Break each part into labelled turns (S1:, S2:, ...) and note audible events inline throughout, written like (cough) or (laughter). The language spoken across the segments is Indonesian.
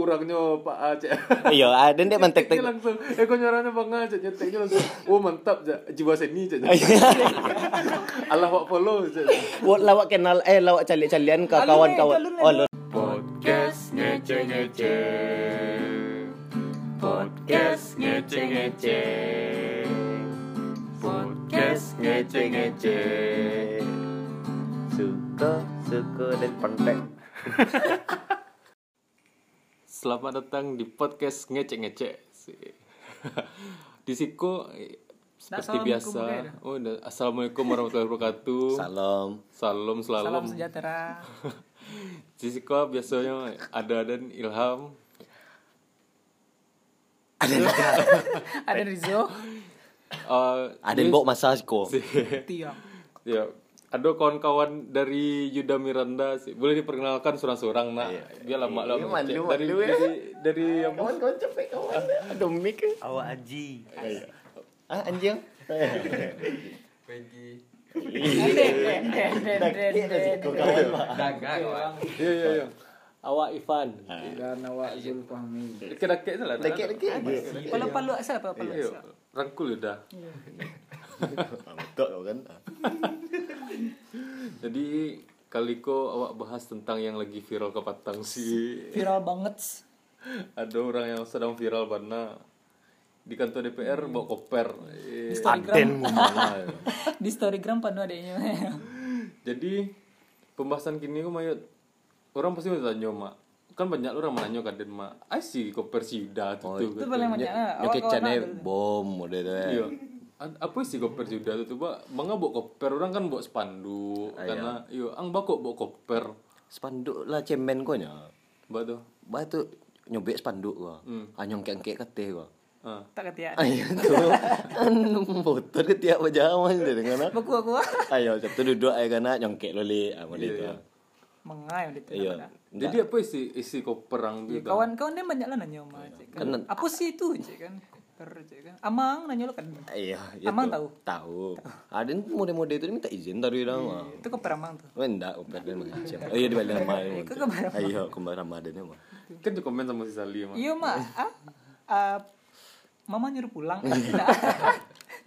S1: kurangnya Pak Aceh.
S2: Iya, ada ndek mentek
S1: (laughs) Nyeteknya
S2: (laughs)
S1: langsung, eh kok nyoranya Bang Aceh, nyeteknya langsung, oh mantap, ja. jiwa seni, ja. Allah wak follow, ja.
S2: Lawak kenal eh lawak calik-calian ke kawan-kawan. Oh, lu-
S1: Podcast ngece ngece, podcast ngece ngece, podcast ngece ngece.
S2: Suka, suka dan pendek.
S1: Selamat datang di podcast ngece ngece. (laughs) Di Siko seperti biasa, oh, dah. assalamualaikum warahmatullahi wabarakatuh.
S2: Salam.
S1: Salam selalu.
S3: Salam sejahtera.
S1: Jessica biasanya ada dan Ilham
S3: Ada Rizzo,
S1: Eh,
S2: Ada mbok masa siko.
S1: (laughs)
S3: Tio.
S1: ya ada kawan-kawan dari Yuda Miranda sih boleh diperkenalkan surang-surang nak biar lama lah
S2: Iya, malu,
S1: dari
S2: malu, ya.
S1: dari, dari apa
S2: Kawan-kawan cepet kawan. Ada mic. Awak aji. Ah, anjing.
S1: iya iya iya
S2: Awak Ivan.
S3: Dan
S2: Iya.
S3: awak Zulfahmi.
S1: deket-deket salah nak.
S2: Dikit-dikit.
S3: Kalau palu asal apa palu
S1: Ayo,
S3: asal?
S1: rangkul Yuda
S2: Ah, Betul kan.
S1: jadi kali ko awak bahas tentang yang lagi viral ke Patang sih
S3: Viral banget.
S1: ada orang yang sedang viral bana di kantor DPR bawa koper Eh,
S3: Di storygram,
S1: mana ya?
S3: di storygram panu adanya.
S1: Jadi pembahasan kini ku mayot orang pasti bertanya mak. Kan banyak orang menanya kan dan mak. Ai si koper si Yuda tu tu.
S3: Itu paling banyak. ah. Awak
S2: Nyokit
S3: kawan
S2: channel
S3: nak-
S2: eh, bom udah tu. eh.
S1: Iya. Ad- Apa sih koper si Yuda tu tu mak? Mangga bawa koper orang kan bawa spanduk
S3: Ah, iya.
S1: karena yo ah. Iya, ang bako bawa koper.
S2: Spanduk lah cemen kau nya.
S1: Mbak tu.
S2: Bah tu nyobek spanduk gua.
S3: Hmm.
S2: Ah, Anyong kengkek kate gua. (laughs)
S1: Ha.
S3: Tak ketiak.
S2: Ayo tu. (laughs) Anu motor ke tiap berjalan dia dengan
S3: Beku aku.
S2: Ayo, siapa tu duduk ayo kena nyongkek loli. Ah, boleh tu.
S3: Mengai udah
S2: Iya.
S3: itu.
S1: Jadi apa isi isi koper ang
S3: Iya,
S1: tu? tu?
S3: Kawan-kawan dia banyak lah nanya sama cik kan.
S2: Kan-
S3: Apa sih itu cik kan? Ter cik kan. Amang nanya lo kan.
S2: Ayo,
S3: Amang tahu?
S2: Tahu. Ada ni mode-mode tu dia minta izin dari dah.
S3: Itu ke Peramang tuh.
S2: Kan tak oper dan macam. Ayo di Oh, balik ramai.
S3: Ke kemana?
S2: Ayo kembali Ramadan ni mah.
S1: Kan di komen sama si Sali mak.
S3: Iya mak. Ah, ah, mama nyuruh
S2: (laughs)
S3: pulang. Nah,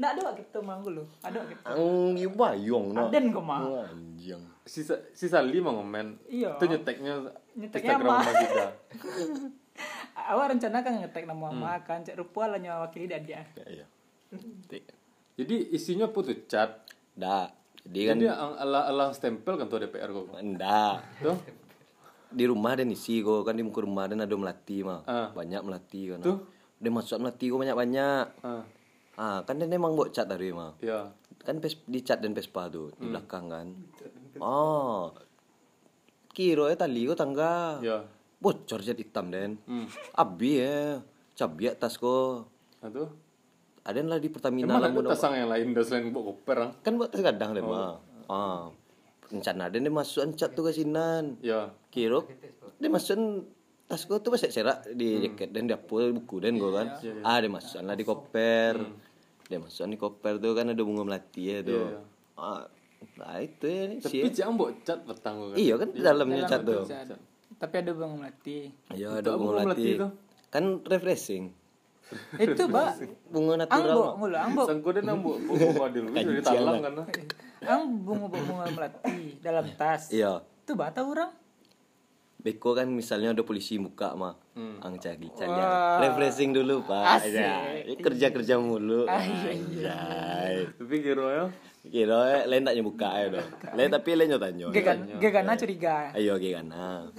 S3: nah ada wak gitu mang dulu. Ada wak gitu.
S2: Ang iu bayong nak.
S3: Aden kau mah.
S2: Anjing.
S1: Si, Sa- si Sali mah komen.
S3: Iya.
S1: Itu nyeteknya
S3: Nyeteknya
S1: Instagram
S3: mak.
S1: Mbak Yuda.
S3: Awak rencana kan ngetek nama mama kan cek rupa lah nyawa wakili dan dia. (laughs)
S2: Ayo.
S1: Jadi isinya apa tu chat?
S2: Dak.
S3: Iya,
S2: Dia
S1: Jadi
S2: kan
S1: ang ala alang stempel kan kantor DPR kok.
S2: dak.
S1: Tuh.
S2: di rumah dan isi kau kan di muka rumah dan ada melati mah
S1: Ah.
S2: banyak melati kan
S1: Tuh.
S2: dia masuk melati kau banyak banyak
S1: Ah,
S2: ah kan dia memang buat cat dari mah
S1: ya.
S2: kan pes, di cat dan pespa tu
S1: Hmm.
S2: di belakang kan oh kira eh tali kau tangga
S1: Ya.
S2: bocor cat hitam den
S1: Hmm.
S2: abi eh cabiak tas kau
S1: Aduh.
S2: ada lah di Pertamina
S1: Nah, Emang
S2: lah
S1: ada Oh.
S2: mudah-
S1: tasang yang lain dah selain buat koper ah. ang?
S2: kan buat tas gadang dia mah ah rencana dia dia masuk cat tu ke sinan
S1: Ya.
S2: Kira dia masukkan tas gua tu pasal serak di jaket dan dia pul buku dan gua kan. Ah dia masukkan lah di koper. Dia masukkan di koper tu kan ada bunga melati ya tu.
S1: Iya, iya.
S2: Ah, nah itu ya ni si.
S1: Tapi cik ang buat cat petang kok.
S2: Iya kan dalamnya cat tu.
S3: Tapi ada bang melati.
S2: Ya
S1: Betul,
S2: ada bunga
S1: bunga melati
S2: melati.
S1: tu.
S2: Kan refreshing.
S3: Itu bak.
S2: Bunga
S3: Ambok
S2: natural.
S3: mulu, ambok.
S1: Sangkudan ang buat
S2: (laughs)
S1: buat buat dulu dari talang kan. ah.
S3: Ang bunga bunga melati
S2: (laughs)
S3: dalam tas.
S2: Iya.
S3: Itu bak tahu orang.
S2: Beko kan misalnya ada polisi muka mah. Ang cari cari.
S3: Wah.
S2: Refreshing dulu, Pak. Ya,
S3: Asik. Ah,
S2: Kerja-kerja mulu. Anjay.
S1: Tapi kira ya.
S2: Kira eh, lain tak nyebuka eh tu. Lain tapi lain
S1: kan?
S2: tanya.
S3: Gegan, gegana curiga.
S2: Ayo ke kana.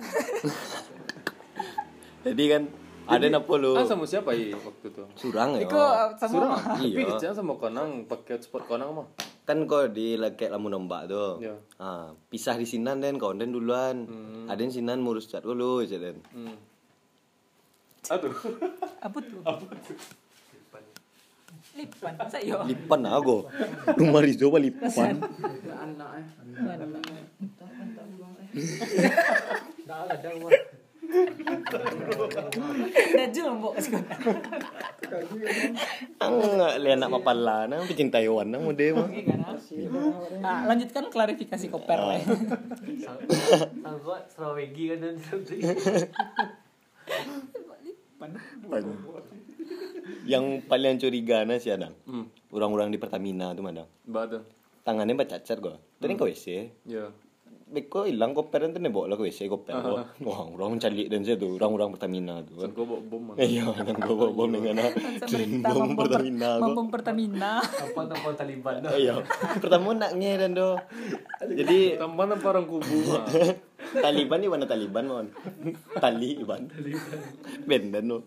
S2: (laughs) Jadi kan ada napa lu?
S1: Ang Ah, sama ah. siapa i waktu tu?
S2: Surang ya.
S3: Iko uh,
S1: Surang.
S3: sama
S1: Tapi
S2: Iya.
S1: cik sama konang pakai sport konang mah.
S2: Kan kau di lekek lamun nombak tu.
S1: Ya.
S2: Ha, pisah di sinan den kau den duluan. Ada di sinan murus cat dulu je den.
S1: Hmm. Aduh.
S3: apa tuh? Lipan. oh. Lipan. Sayo.
S2: Lipan
S1: (laughs)
S2: lah aku. Rumah Rizzo pun lipan.
S3: Najul mbok sekolah.
S2: Enggak le lah anak mapala nang pecinta hewan nang mode mah.
S1: kan?
S3: Nah, lanjutkan klarifikasi koper
S2: Oh,
S3: (laughs) lah.
S4: Sama strategi kan dan
S2: yang paling curiga na sih ada
S1: Hmm.
S2: orang-orang di Pertamina tuh mana
S1: Batu.
S2: tangannya mbak cacar gua tadi ke WC
S1: Ya.
S2: Beko hilang koperan tuh nebok lah ke WC koper gua. wah orang cari dan saya tuh orang-orang Pertamina tuh kan
S1: Gue bawa bom man.
S2: iya kan gua bawa bom dengan
S3: Pemerintah
S2: bom
S3: mampung, per,
S2: Pertamina gua.
S3: mampung Pertamina.
S4: Apa tampon Taliban dah.
S2: iya pertama naknya dan do jadi
S1: Tambah apa orang kubu
S2: (laughs)
S1: mah.
S2: Taliban di mana Taliban mon Taliban benden lo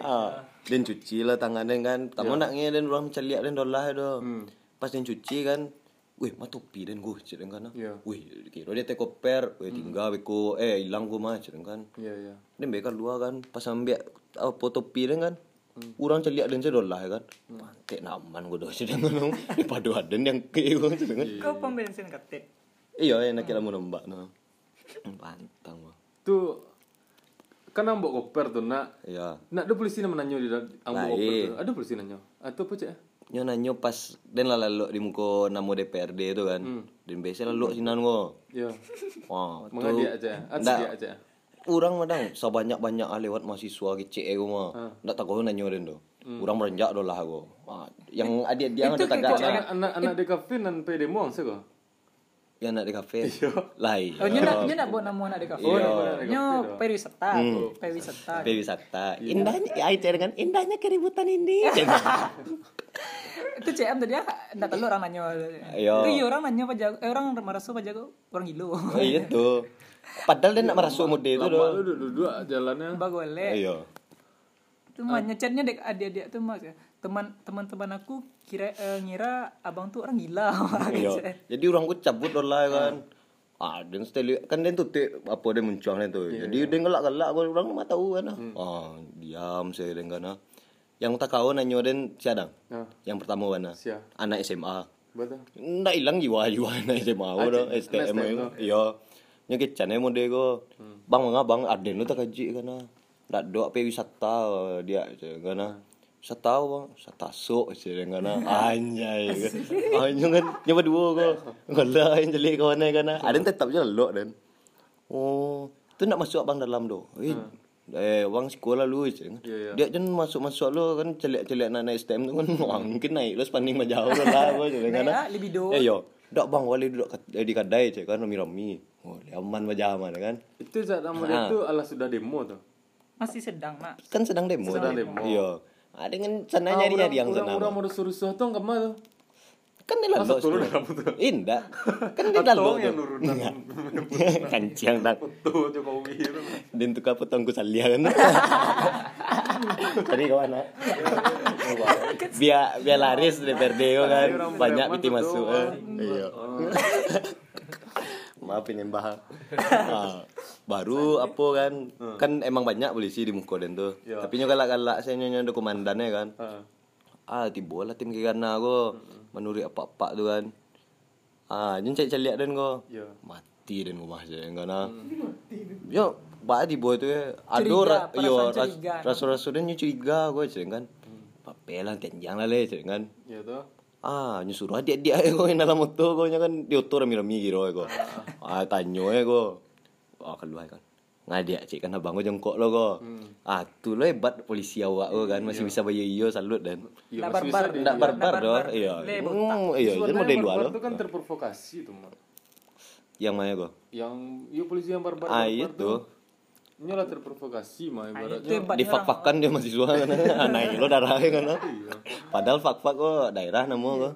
S2: ah dan cuci lah tangannya kan tamu naknya dan orang celia dan dolah do pas dan cuci kan Wih, mah topi dan gue cereng kan?
S1: Ya.
S2: Wih, kira dia teh koper, wih tinggal beko, eh hilang gue mah cereng kan?
S1: Iya iya.
S2: Dan mereka luar kan Pas ambil Apa topi dia kan Orang celiak dan saya dolah kan Mantik naman gue dah sedang (laughs) kan Daripada adan yang ke orang sedang kan
S3: Kau pom bensin ketik.
S2: Iya yang nak kira mau nembak no. Pantang mah
S1: Tuh kan ambok koper tuh nak.
S2: Iya
S1: Nak ada polisi nama nanyo di da- ambok
S2: Lain.
S1: koper tuh. Ada polisi nanyo. Atau apa cek?
S2: Nyo nanyo pas Dan lah lalok di muka Namo DPRD tu kan
S1: Hmm.
S2: Dan biasa lalok sinan gue
S1: (laughs) Ya.
S2: Wah tu
S1: Mengajak aja. ah,
S2: Ndak.
S1: Aja aja.
S2: Orang madang Sebanyak-banyak ah lewat mahasiswa kecil gue mah
S1: Ah.
S2: Tak takut nanyo dia tu
S1: Hmm.
S2: Orang merenjak dolah gue
S1: Eh,
S2: Yang adik dia ada
S1: Kok
S2: tagak lah
S1: anak anak anak di kafe nan pede mong sih kok.
S2: Yang nak di kafe Lain
S3: Oh, nyo nak nyo nak buat nama anak di kafe.
S1: Oh, nama
S2: Iya.
S1: anak di kafe
S3: Nyo
S1: dah.
S3: periwisata,
S2: Hmm.
S3: periwisata.
S2: Pariwisata. Indahnya, ya, ai cari dengan kan. indahnya keributan (laughs) ini.
S3: Itu CM tadi ya, enggak tahu orang nanya.
S2: Iya.
S3: Itu iya orang nanya pajak, eh, orang merasa pajak orang (laughs) gilo.
S2: oh, iya tuh. Padahal dia nak merasuk mode itu
S1: Lama
S2: doh.
S1: lu duduk-duduk jalannya.
S3: Bagole.
S2: Eh, Iya. Ah.
S3: Teman nyecatnya dek adik-adik tuh mas ya. Teman teman-teman aku kira eh, ngira abang tuh orang gila. (laughs)
S2: Iya. Jadi orang ku cabut lah kan. Ah, dan setelah kan dia tutup apa dia muncul dia tu. Jadi dia gelak-gelak gua orang mah tahu kan. ah.
S1: Hmm.
S2: Ah, diam saya dengan kana. Yang tak kau nanyo dan siadang.
S1: Nah,
S2: Yang pertama mana?
S1: Sia.
S2: Anak SMA.
S1: Ha, betul.
S2: Nggak hilang jiwa-jiwa anak SMA aku dah STM aku. Iya. Nya kecan eh mode ko. Bang mengah bang Aden lu tak kaji kana. Dak do pe wisata dia je kana. Wisata apa, bang, wisata sok je dengan kana. Anjay. ke. Anjay kan nyoba dua ko. Ngolah yang jelek kawan eh kana. Aden tetap je lelok dan. Oh, tu nak masuk abang dalam tu. Eh, Eh, orang sekolah lu je.
S1: Ya, ya.
S2: Dia je masuk-masuk lu kan celik-celik nak naik STM tu kan wah, mungkin naik lu sebanding majau lah apa je
S3: Naik
S2: dengan.
S3: lah, libido.
S2: Eh yo, dak bang wali duduk kat- eh, di kedai cek kan rami-rami. Oh, aman macam mana kan?
S1: Itu saat nama dia
S2: Ah.
S1: tuh ala sudah demo tuh.
S3: Masih sedang mak.
S2: Kan sedang demo.
S1: Sedang
S2: tu.
S1: demo.
S2: Iya. Ah dengan sana
S1: Ah,
S2: nyari
S1: orang-
S2: nyari yang sana.
S1: Orang-orang mau rusuh-rusuh tuh enggak mah tuh.
S2: Kan dia lalu.
S1: Masa turun dalam tu. (laughs)
S2: Indah. Kan dia lalu.
S1: Tolong yang nurun
S2: Enggak. (laughs) Kanciang tak.
S1: Tuh Jokowi itu.
S2: Dia tukar potong ku salia kan. Tadi kawan nak. Biar biar laris DPRD kau kan.
S1: Orang
S2: Banyak
S1: preman tu
S2: piti masuk.
S1: doang.
S2: eh. Iya. Maafin yang bahang. Ah, baru apa kan kan emang banyak polisi di muka dan tuh.
S1: Ya.
S2: Tapi nyo galak-galak saya nyo nyo komandannya kan.
S1: Ah.
S2: Ah tiba lah tim kiri kanan aku.
S3: Mm-hmm.
S2: Menuri apa-apa tu kan. Ah, nyo cek celiak dan kau.
S1: Ya.
S2: Mati dan rumah saya yang kana. Yo, ba di boy tu ya. Ada
S3: Mm. Curiga,
S2: ra- yo
S3: perasaan
S2: ras-
S3: curiga. kan. Mm.
S2: rasa-rasa dia nyo curiga aku cek kan. Papel lah tenjang lah leh cek kan.
S1: Ya tuh.
S2: Ah, nyuruh adik dia eh (laughs) kau yang dalam motor kau nya kan di otor rami-rami kira kau. Ah, tanyo eh kau. Ah, keluar kan. Ngadik cik kan abang kau jongkok lo kau.
S3: Mm.
S2: Ah, tu lo hebat polisi awak kau kan
S3: Ya.
S2: masih bisa bayar iyo salut dan.
S1: Ya,
S3: Nak
S1: masih
S3: barbar,
S1: bisa di-
S2: Ndak
S3: Iya.
S2: barbar doh.
S3: Barbar.
S2: Iya.
S3: Le, botak.
S2: Hmm, iya, jadi
S1: Sebenarnya
S2: model luar
S1: barbar
S2: lo.
S1: Itu kan terprovokasi tuh mah.
S2: Yang mana kau?
S1: Yang ya polisi yang barbar. barbar
S2: Ah, iya tuh.
S1: Nyola terprovokasi mah
S2: Iya.
S3: Itu
S1: ibaratnya.
S3: hebatnya orang.
S2: Difak-fakan dia mahasiswa kan. Naik lo darahnya kan. Padahal fak-fak kau daerah nama kau.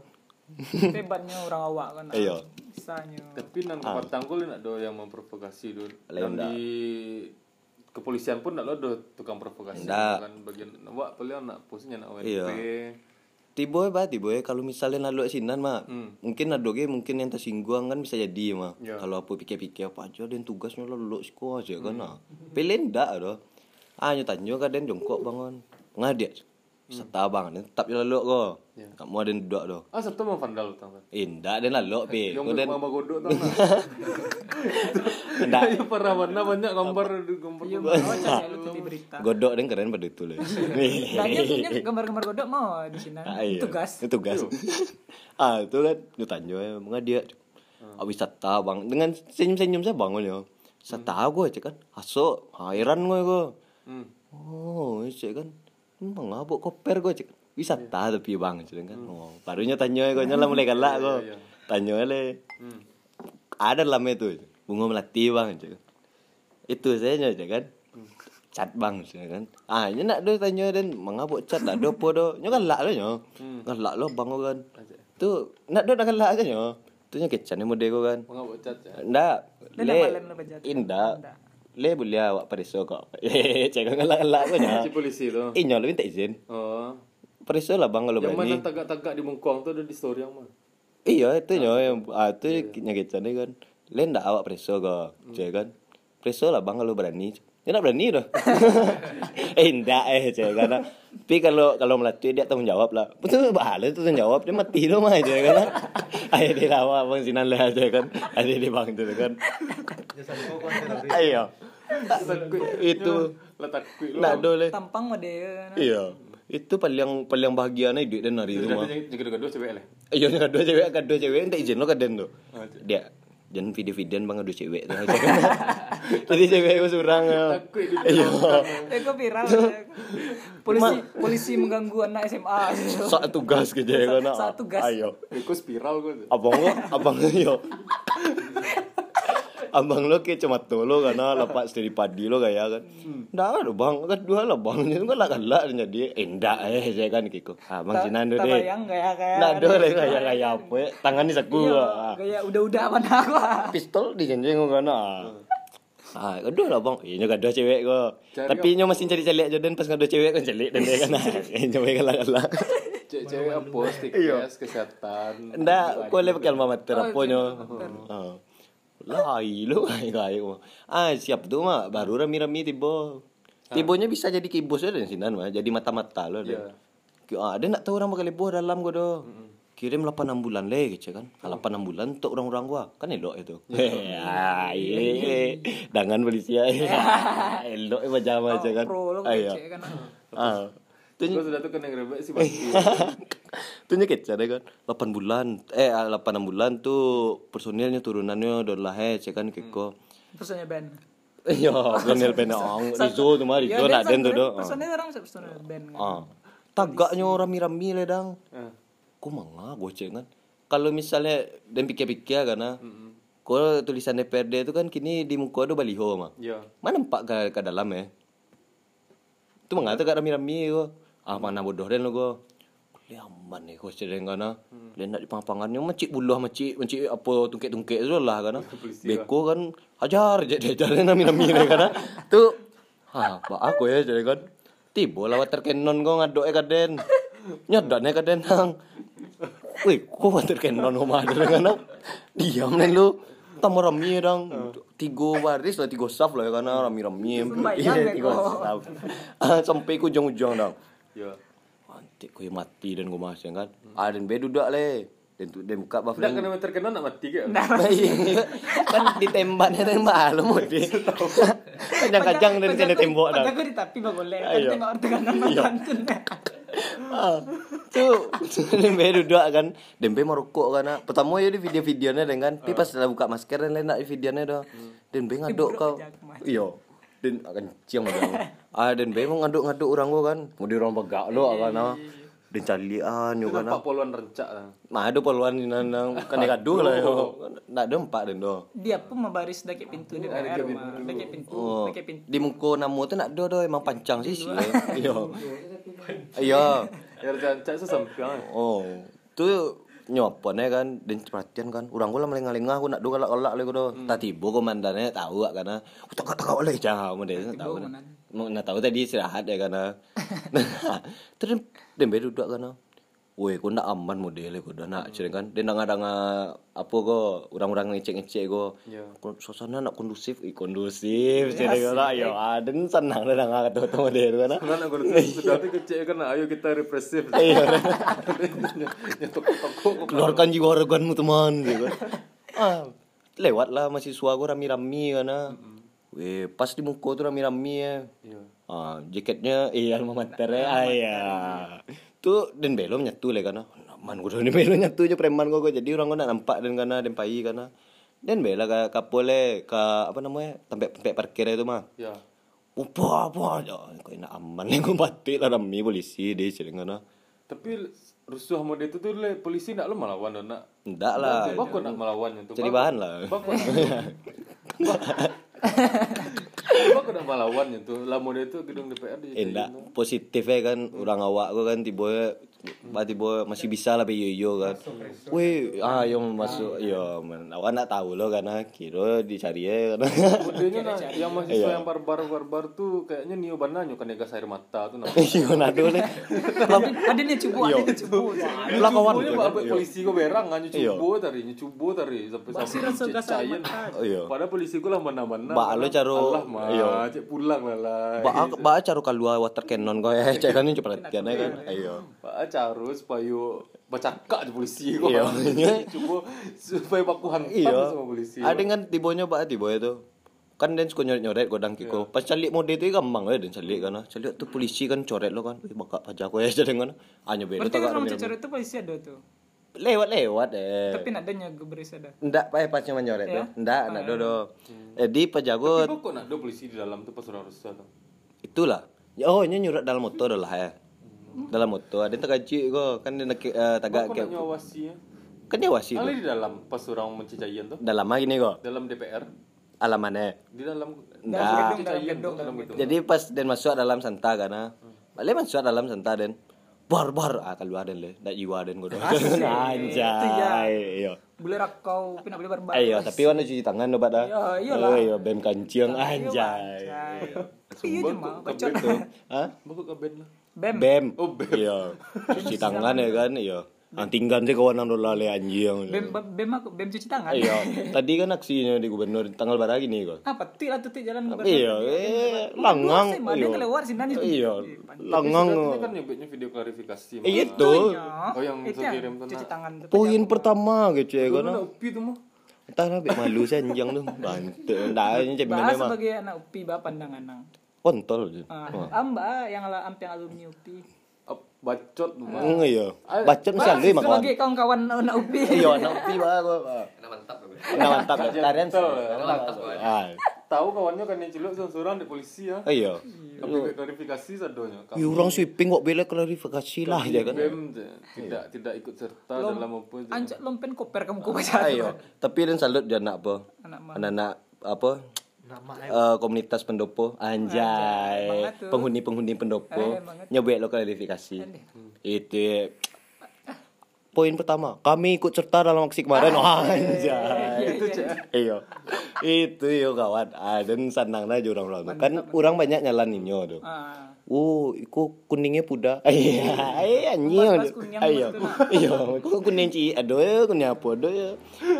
S3: Itu hebatnya orang awak kan.
S2: Iya.
S3: Misalnya.
S1: Tapi nang tempat tanggul nak do yang memprovokasi dulu.
S2: Ah. Lain
S1: Dan
S2: dak.
S1: di kepolisian pun nak lo do tukang provokasi
S2: Ndak.
S1: kan bagian wak paling nak posnya nak
S2: Iya.
S1: WP.
S2: Tiboy bah, tiboy kalau misalnya lalu sinan mah, mungkin ada ge mungkin yang tersinggung kan bisa jadi mah.
S1: Ya.
S2: Kalau aku pikir-pikir apa aja dan tugasnya lalu sekolah aja kan. ah. Pilih ndak ada. Ah nyu tanyo kaden jongkok bangun. Ngadik. Serta bang dan tetap je lalu ko. Kat mau ada duduk do.
S1: Ah satu mah vandal tuh kan.
S2: Eh ndak dan lalu pe.
S1: Yang
S2: Kau dan
S1: mama godok
S2: (laughs)
S1: tuh. (laughs)
S2: ndak.
S1: Iya pernah warna banyak gambar gambar.
S2: (laughs)
S3: Oh, cari lu tuh di berita.
S2: Godok dan keren pada itu lah.
S3: Tanya punya gambar-gambar godok mau di sini.
S2: Ah, iya.
S3: Tugas.
S2: Itu tugas. (laughs) ah, itu kan lu tanya mengenai dia. Habis sata bang dengan senyum-senyum saya bangun ya. Sata gue aja kan. Hasuk, hairan gue gue.
S1: Hmm.
S2: oh cek kan emang apa koper kau cek wisata tapi bang cek kan oh, barunya tanya kau nyala mulai galak kau tanya le ada lah itu bunga melati bang cek itu saya nya cek kan cat bang cek kan ah nya nak do tanya dan mengapa cat lah. nak do po do nya galak kan lo nya galak lo bang kau kan tu nak do nak galak aja nya tu nya kecan ni model kau kan
S1: Mengapa cat ya?
S2: Ndak. lah
S3: Le
S2: Le
S3: nama lem le bejat.
S2: indak. Le boleh awak perisau kok. (laughs) Eh, cek ngelak-ngelak pun ya.
S1: Si polisi tuh.
S2: Inyo le minta izin.
S1: Oh.
S2: Perisau lah bang kalau
S1: Yang mana
S2: berani.
S1: tagak-tagak di Bengkong tuh ada di story yang mana?
S2: Iya, itu nyo yang ah tu nyagecan ni kan. Le ndak awak perisau kok.
S1: Hmm.
S2: Cek kan. Perisau lah bang kalau berani. Ya nak berani
S1: (laughs)
S2: dah. eh ndak eh cek kan. Tapi kalau kalau Melati dia tanggung jawab lah. Betul bahala tu tanggung jawab dia mati tu mah cek kan.
S1: (laughs)
S2: Ayo dia lawa bang sinan lah cek kan. Ayo dia bang tu kan. Ayo. Itu
S1: Letak kui Lah, lu.
S2: Nak boleh.
S3: Tampang mah
S2: (laughs)
S3: dia. nah.
S2: Iya. Itu paling paling bahagia nih duit dan hari rumah.
S1: Juga dua cewek lah.
S2: Iya, nih kedua cewek, kedua cewek minta izin lo kaden tuh. Dia jangan video-videoan bang kedua cewek tuh. (laughs) Jadi cewek itu surang. ya.
S1: Takut di
S2: Iya.
S3: Eh kok viral. ya. Polisi polisi mengganggu anak SMA.
S2: (laughs) Saat tugas ke cewek
S3: Saat-
S2: kena.
S3: saat tugas.
S2: Ayo.
S1: Iku Eh, spiral gue tuh.
S2: Abang lo, abang lo yo. Abang lo kayak cuma tuh lo karena lepas dari padi lo kayak kan. Nggak ada bang, kedua lah bang. Itu kan lah kan lah jadi endak eh saya kan kiko. Ah bang
S3: Ta-
S2: Sinan deh.
S3: tabayang kayak kayak.
S2: Nah, dole kayak kayak apa? ya? Tangan ni saku.
S3: Iya,
S2: ah.
S3: Kayak udah-udah mana ah. gua.
S2: Pistol digenjeng kau kana.
S3: Hmm.
S2: Ah, kedua lah bang. Inya kedua cewek kau.
S1: Cari
S2: Tapi nyo masih cari calik je dan pas kedua cewek kan calik dan dia kan.
S3: (laughs)
S2: Nyo baik kalah kalah.
S1: Cewek apa? Stikes, kesehatan.
S2: Ndak kau kan, le pakai alma mater apa
S3: Oh,
S2: nyo. Ah. Lai lu kai kai. Ah, siap tu mah baru rami-rami tiba. Tibanya bisa jadi kibos dan sinan mah jadi mata-mata lo dia.
S1: Ya.
S2: Ki- Ah, dia nak tahu orang bakal boh dalam gua doh. Kirim 8 bulan leh gitu kan. Kalau 8 bulan untuk orang-orang gua. Kan elok itu. (laughs) Ya, ye. Dangan polisi (laughs) ya. Elok eh macam aja kan.
S3: Pro lo
S2: Ah, ya.
S3: kece kan.
S2: Ah. Tu
S1: Gue sudah tuh kena ngerebek si
S2: (laughs)
S1: Bakti.
S2: tu nya kece deh kan. 8 bulan eh ah, 8 bulan tu personilnya turunannya adalah he cek kan keko.
S3: Personnya band.
S2: Ya, personil penang. Rizo tu mah
S3: Ya,
S2: Rizo nak den tu doh. Ah.
S3: Personnya orang personnya band. kan.
S2: Ah. Tagaknya rami-rami le dang.
S1: Ah,
S2: Kau mangga goceng kan. Kalau misalnya dan pikir-pikir kan ah. Kau tulisan DPRD itu kan kini di muka ada baliho mah.
S1: Ya.
S2: Mana empat ke, ke dalam eh? Tu mangga tu kat rami-rami kau. Ah mana bodoh dan lo kau. Kuliah aman ni kau sedang kana. Dia nak di pangpangannya macik buluh macik macik apa tungkek-tungkek tu lah (laughs) kana. Beko kan hajar je dia jalan rami-rami ni kana. (laughs) Tu ha bak aku ya jadi kan. Tiba lah water cannon kau ngadok eh kaden. Nyadan eh kaden hang. Wih, kok water cannon rumah ada dengan anak? Diam nih lu. Tambah rami dong. Tiga baris lah, tiga saf lah ya karena rami-rami.
S3: Sembayang
S2: Iya,
S3: deh
S2: tiga
S3: kau.
S2: saf. Ah, (laughs) Sampai ku ujung-ujung dong.
S1: Ya.
S2: Antik ku mati dan ku masih kan. Ah, dan be duduk le. Dan tu dia buka buff
S1: Ndak
S2: dan
S1: kena meter kena nak mati ke?
S2: Iya, (laughs) kan ditembak dia tembak lu mau dia. Kajang-kajang dan kena tembok dah.
S3: dah. Padahal aku ditapi bang oleh. Kan
S2: Ayo.
S3: tengok orang tekanan
S2: Iya.
S3: nonton.
S2: Ah, (laughs) tu tu Dembe duduk kan Dembe mau rokok kan nak. Pertama ya di video-videonya dengan Tapi pas dah buka masker Dan lain nak di videonya dah Dembe ngaduk
S3: Duduk
S2: kau
S3: aja aku mati.
S2: Iya Den akan cium
S3: (laughs)
S2: aja Ah Dembe mau ngaduk-ngaduk orang gua kan Mau di orang begak lo kan ah. Den calian yo kan ah.
S1: Kenapa poluan rencak lah.
S2: Nah ada peluan ni nan nan. kan dia gaduh lah
S3: Oh.
S2: yo. Nak ada empat den doh.
S3: Dia pun membaris dekat pintu
S1: Oh,
S3: di daerah rumah. Dekat pintu,
S2: Oh.
S3: dekat pintu.
S2: Di muka nama tu nak doh doh emang pancang sih sih. Yo. Yo.
S1: Ya rencak itu sampai. lah.
S2: Oh, tu nyopan eh kan dan perhatian kan orang gua lah melengah-lengah aku nak dua galak galak lagi tu tak tiba komandannya tahu tak karena aku tak tak oleh cah mau dia tahu
S3: komandan.
S2: mau nak tahu tadi istirahat ya karena terus dan beru duduk karena Woi, kau nak aman model kau dah nak cerita kan. Dia nak ada apa kau orang-orang ngecek-ngecek kau.
S1: Ya.
S2: Kon- Suasana nak kondusif, eh, kondusif cerita kau Ya, ada senang dah nak kata tu model kan. ah.
S1: Karena aku udah sudah tuh kecil karena kan, ayo kita represif.
S2: Iya.
S1: (laughs) Nyetok toko.
S2: keluarkan jiwa raganmu teman gitu. ah, lewatlah mahasiswa gua rami-rami kana. Weh, pas di muka tu rami-rami ya.
S1: Iya.
S2: Ah, jaketnya eh alma mater ya. Ah, ya. Tu dan belum nyatu le kana. Man gua dah ni belum nyatu je preman gua, gua jadi orang gua nak nampak dan kana dan pai kan, ah. eh, kana. Dan bela ka kapole ka apa namanya? Tempat-tempat parkir itu eh mah.
S1: Ya.
S2: Upa apa aja. Kau nak aman (laughs) ni kau batik lah rami polisi dia kan, ah. cakap dengan
S1: Tapi rusuh sama dia tu tu le, polisi nak lo melawan lo nak.
S2: Enggak lah.
S1: Bakal nak melawan itu.
S2: Jadi bahan lah.
S1: Bakal.
S2: Iya.
S1: Bakal nak melawan itu. Lama dia tu gedung DPR dia.
S2: Eh, Enggak positif eh kan orang awak kau kan tiba tiba, tiba masih bisa lah yo yo kan. Weh, ah yang masuk yo men. Awak nak tahu lo karena kira dicari eh kan. (laughs)
S1: Modelnya nah, yang mahasiswa
S2: Iya.
S1: yang barbar barbar tu kayaknya Nio Bananyo kan dia gas air mata tu nah.
S2: Yo nado nih.
S3: Ada nih cubu,
S2: Iya.
S3: ada nih cubu.
S2: Lah kawan.
S1: Cubunya
S2: kan?
S1: pak abang polisi kau berang kan
S2: Iya.
S1: cubo tadi, cubo tadi sampai
S3: Masih rasa gas air mata.
S2: Iya.
S1: Padahal polisi kau lah mana-mana.
S2: Mbak, lo caro-
S1: Allah mah,
S2: Iya.
S1: cek pulang lah lah.
S2: Ba ba cari kalua water cannon kau eh cek kan cepat kan kan. Ayo.
S1: Pak caro supaya bercakap je polisi kau. (laughs)
S2: Iya.
S1: Cuba supaya baku hantam
S2: Iya.
S1: sama polisi.
S2: Ada kan tibonya pak tibo itu. Kan dan suka nyoret-nyoret godang kiko. Pas calik mode itu gampang ya dan calik kan. Calik tu polisi kan coret lo kan. Eh (laughs) bakak pajak kau ya jadi kan. Hanya beda
S3: Berarti
S2: tak
S3: orang cocor itu polisi ada tuh.
S2: Lewat-lewat eh.
S3: Tapi nak adanya gebris ada.
S2: Ndak pakai pasnya menyoret
S3: Ya?
S2: tuh. Ndak, Eh, ndak dodo. Jadi
S1: Tapi
S2: pejago
S1: kau kok nak ada polisi di dalam tu pas orang rusuh tu.
S2: itulah. Oh, ini nyurat dalam motor dah lah ya. Dalam motor ada terkaji kok kan dia nak eh,
S1: Kau
S2: tagak
S1: nak
S2: ke.
S1: nyawasi ya.
S2: Kan dia wasi
S1: Ada
S2: tuh.
S1: di dalam pas orang mencecayan tu.
S2: Dalam lagi nih kok.
S1: Dalam DPR
S2: Alamannya.
S1: di dalam
S2: Ndak.
S3: gedung, dalam gedung,
S1: dalam gedung.
S2: Jadi pas dan masuk dalam santa kana.
S3: Hmm.
S2: Balik masuk dalam santa dan bar bar ah keluar dan le. Dak jiwa dan godo. (laughs)
S3: Asik. Itu ya.
S2: Anjay. Iya.
S3: Boleh rakau, pina boleh barbar.
S2: Ayo, Ah, iya, tapi warna cuci tangan obat dah.
S3: Iya, Ya, iyalah.
S2: Ayo, bem kancing
S3: Iya,
S2: anjay. Ah?
S3: anjay. Iya
S1: Sumbang
S3: cuma,
S1: kok
S3: bacot. (laughs)
S1: kabel tu.
S2: Hah?
S1: Baku ke band lah.
S3: Bem.
S2: Bem.
S1: Oh, bem.
S2: Iya. Cuci tangan ya kan, iya. Antingkan sih kawan nang dolar le anjing.
S3: Bem, bem, bem aku, bem cuci tangan.
S2: Iya. Tadi kan aksinya di gubernur tanggal berapa gini kok?
S3: Apa tik lah tu tik jalan gubernur.
S2: Iya, eh, langang.
S3: Sih, mana keluar sih nanti.
S2: Iya, langang.
S1: Sudah tadi kan nyebutnya video klarifikasi.
S2: Eh,
S1: mah.
S2: itu.
S1: Oh, yang
S3: Iya. Itu
S1: saya kirim tuh,
S3: cuci
S1: nak.
S3: tangan tu.
S2: Poin pertama gitu ya
S1: Dulu nak
S2: kan.
S1: upi tu mah.
S2: Entah lah, bik malu saya anjing tuh. Bantu. Dah, ini cek
S3: Bahas
S2: mana mah.
S3: sebagai anak UPI bah pandangan nang.
S2: Kontol. je.
S3: Ah, Amba yang ala ampiang alumni UPI.
S1: Ap- Bacot tu mah.
S2: Hmm, Iya.
S1: Ah,
S2: Baca
S3: eh, Bahas
S2: misalnya mah kawan.
S3: sebagai kawan-kawan anak UPI.
S2: Iya, nampi bah gua.
S5: Enak mantap gue.
S2: Nah, mantap tarian.
S1: Betul.
S5: mantap gue.
S2: Ah.
S1: Tahu kawannya kan yang celuk seorang di polisi ya.
S2: Iya.
S1: Tapi klarifikasi sadonya.
S2: Ya orang sweeping kok bela klarifikasi lah aja kan.
S1: BEM je. tidak tidak ikut serta dalam apa je.
S3: Ancak lompen koper kamu kau baca.
S2: Ayo, oh. tapi dan salut dia nak apa?
S3: Anak mana?
S2: Anak-anak apa?
S4: Nama
S2: Eh, komunitas pendopo anjay
S3: Emang itu.
S2: penghuni-penghuni pendopo
S3: Eh, emang itu.
S2: nyobek lo klarifikasi itu ya. poin pertama kami ikut serta dalam aksi kemarin Wah, Ah, anjay itu iya itu yo kawan ah, dan senang aja orang-orang tu. kan orang banyak nyalaninnya tuh
S3: Ah.
S2: Oh, iku kuningnya puda. (laughs) Iya, iya
S3: Empat belas
S2: anjing.
S3: kunyang
S2: Iya.
S3: maksudnya.
S2: Iya, iku kuning ci. Aduh, ya, kuning apa aduh ya.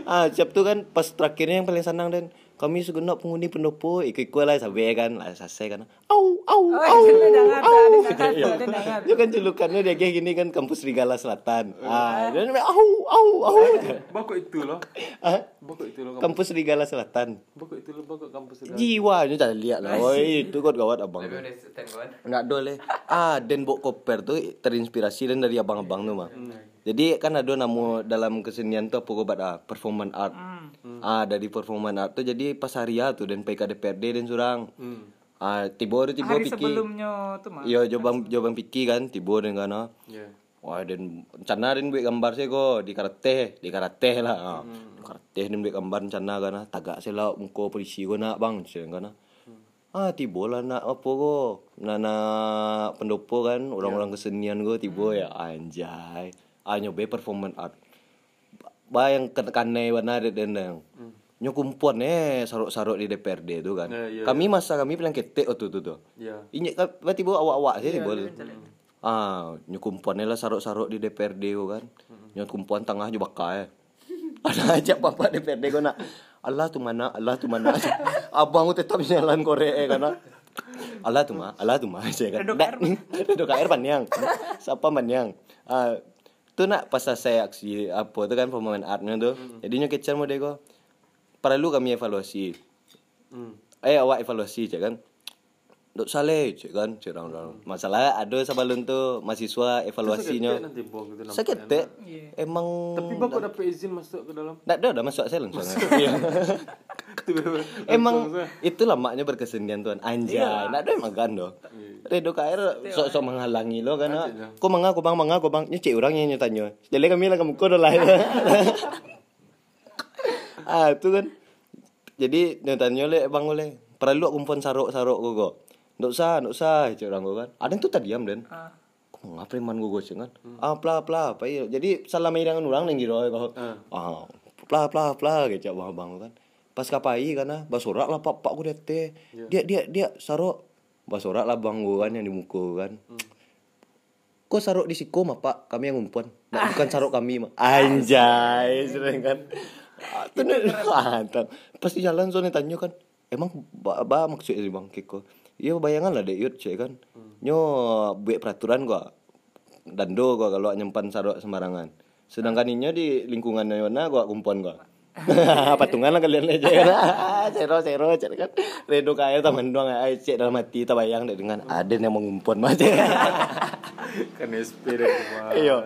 S2: Ah, siap tu kan pas terakhirnya yang paling senang dan kami segenap penghuni pendopo iku iku lah sampai kan lah selesai kan. Au, au,
S3: Oh,
S2: au.
S3: dia dah ngata,
S2: au.
S3: dia dah ngata, dia dah ngata.
S2: Itu kan celukannya Iya, dia kayak gini kan kampus Rigala Selatan. Ah, dan au, au, au.
S1: Bakok itu lah.
S2: Ah,
S1: Bakok itu lah. kampus.
S2: kampus Rigala Selatan.
S1: Bakok itu lah bakok kampus segala.
S2: Jiwa, ini tak lihat lah. Oh, itu kot gawat abang.
S5: Tapi udah stand kawan.
S2: Enggak boleh. Ah, dan bok koper tuh terinspirasi dan dari abang-abang tuh mah. Jadi kan ada nama dalam kesenian tuh apa obat ah, performance art. Ah, dari performance art tuh jadi pas haria tuh dan PKDPRD dan surang.
S1: Hmm.
S2: Ah, tibo ada tibo
S3: Hari
S2: piki.
S3: sebelumnya tu mah.
S2: Iya, jobang jobang piki kan tibo dan kana.
S1: Ya.
S2: Wah, dan rencana dan buat gambar saya go di karate, di karate lah. Ah.
S1: Hmm.
S2: Di karate dan buat gambar rencana kana tagak saya lah muka polisi go nak bang cen kana.
S1: Hmm.
S2: Ah, tiba lah nak apa go. Nak nak pendopo kan,
S1: Ya.
S2: orang-orang kesenian go tiba
S1: Hmm.
S2: ya anjay. Ah nyoba performance art. Ba- Bayang kene warna ada dan yang. Nyo kumpuan eh sarok-sarok di DPRD tu kan.
S1: Hmm. Ya, ya,
S2: kami masa kami bilang ketek waktu tu tu.
S1: Ya.
S2: Injek kan berarti bawa awak-awak sih yeah, boleh. Ah, nyukumpuan lah sarok-sarok di DPRD kau kan. Nyukumpuan tengah je bakal eh. (laughs) Ada ajak bapak DPRD kau nak. Allah tu mana, Allah tu mana. (laughs) Abang aku tetap jalan korek eh kan. Allah tu mah, Allah tu mah (laughs) saya kan.
S3: Redok air,
S2: Dok air panjang. Siapa panjang? Ah, tu nak pasal saya aksi apa tu kan performance artnya tu. Jadi nyokecer model kau. Perlu kami evaluasi.
S1: Hmm.
S2: Eh awak evaluasi je kan Duk saleh je kan Cik orang orang Masalah ada sebelum tu Mahasiswa
S1: Sakit
S2: evaluasinya
S1: nanti bawa gitu nampak
S2: Sakit
S1: enak.
S2: tak
S3: Ya.
S2: Emang Oh,
S1: Tapi bakok dapat izin masuk ke dalam.
S2: Tak ada dah masuk saya langsung Ya. Emang itulah maknya berkesenian tuan. Anjay, nak ada emang kan do. Redo KR sok-sok menghalangi lo kan. Kok manga kok bang manga kok bang nyecik orang yang nyetanya. Jadi kami lah kamu kodo lah. ah, itu kan. Jadi nyetanya le bang oleh perlu aku pun sarok-sarok kok kok. Ndak usah, ndak usah, cik orang kok kan. Ada yang tuh tak diam
S3: Ah,
S2: den. Kok manga preman gue goceng kan. Ah, pla pla, apa iya. Jadi salah main dengan orang yang gitu kok. Ah, pla pla pla gitu bang-bang kan pas kapai karena basorak lah pak pak gue teh dia dia dia sarok basorak lah bang gue kan yang di muka kan kok sarok di siku mah pak kami yang umpan nah, bukan sarok kami mah anjay sering kan (laughs) Ah, itu nih hantam pas di jalan soalnya tanya kan emang ba, ba maksudnya sih bang Kiko ya bayangan lah deh yud cek kan nyo buat peraturan gua dando gua kalau nyimpan sarok sembarangan sedangkan inya di lingkungan mana gua kumpuan gua (laughs) patungan lah kalian aja kan (laughs) Ah, cero cero cero kan redo kaya taman doang ay cek dalam hati tabayang deh dengan ada yang mengumpon mah cek (laughs)
S1: kan SP dari (laughs) rumah
S2: iyo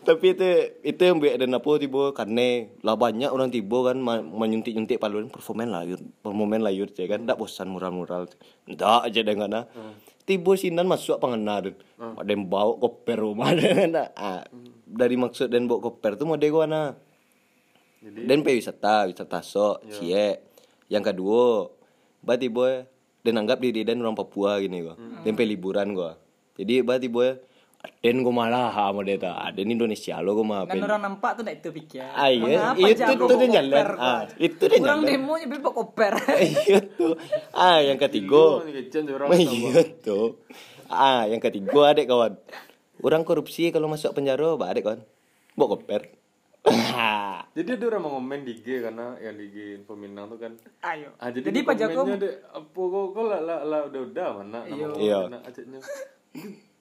S2: tapi itu itu yang biar dan apa tiba karena lah banyak orang tiba kan menyuntik nyuntik paluan lah, performen layur performen layur cek kan tak bosan mural mural tak aja dengan ah tiba sinan masuk pengenar ada yang bawa koper rumah (laughs) dengan ah dari maksud dan bawa koper tuh mau deh gua lah. nah dan pe wisata, wisata so, cie. Yang kedua, berarti boy dan anggap diri dan orang Papua gini gua. Dan pe liburan gua. Jadi berarti boy Aden gua malah lah sama dia tak. Aden Indonesia lo gua mah.
S3: Kan orang nampak tuh tidak itu pikir.
S2: Ah, iya.
S3: Mengapa
S2: Itu
S3: jago
S2: tuh dia
S3: bawa
S2: jalan.
S3: koper,
S2: Ah,
S3: kok?
S2: itu dia
S3: Orang
S2: jalan.
S3: demonya bebek
S2: (laughs)
S3: koper.
S2: (laughs) Iya tuh. Ah, yang ketiga.
S1: Kecil orang
S2: (laughs) Iya tuh. Ah, yang ketiga adek kawan. Orang korupsi kalau masuk penjara, bah adek kawan. Bawa koper. (laughs) Ah.
S1: Jadi ada orang mau komen di G karena yang di G Info Minang tuh kan.
S3: Ayo.
S1: Ah, jadi,
S3: Jadi
S1: di
S3: Pak Jago
S1: komennya ada apa kok kok lah lah lah udah udah mana nama kau
S2: Iya.
S1: nak acaknya.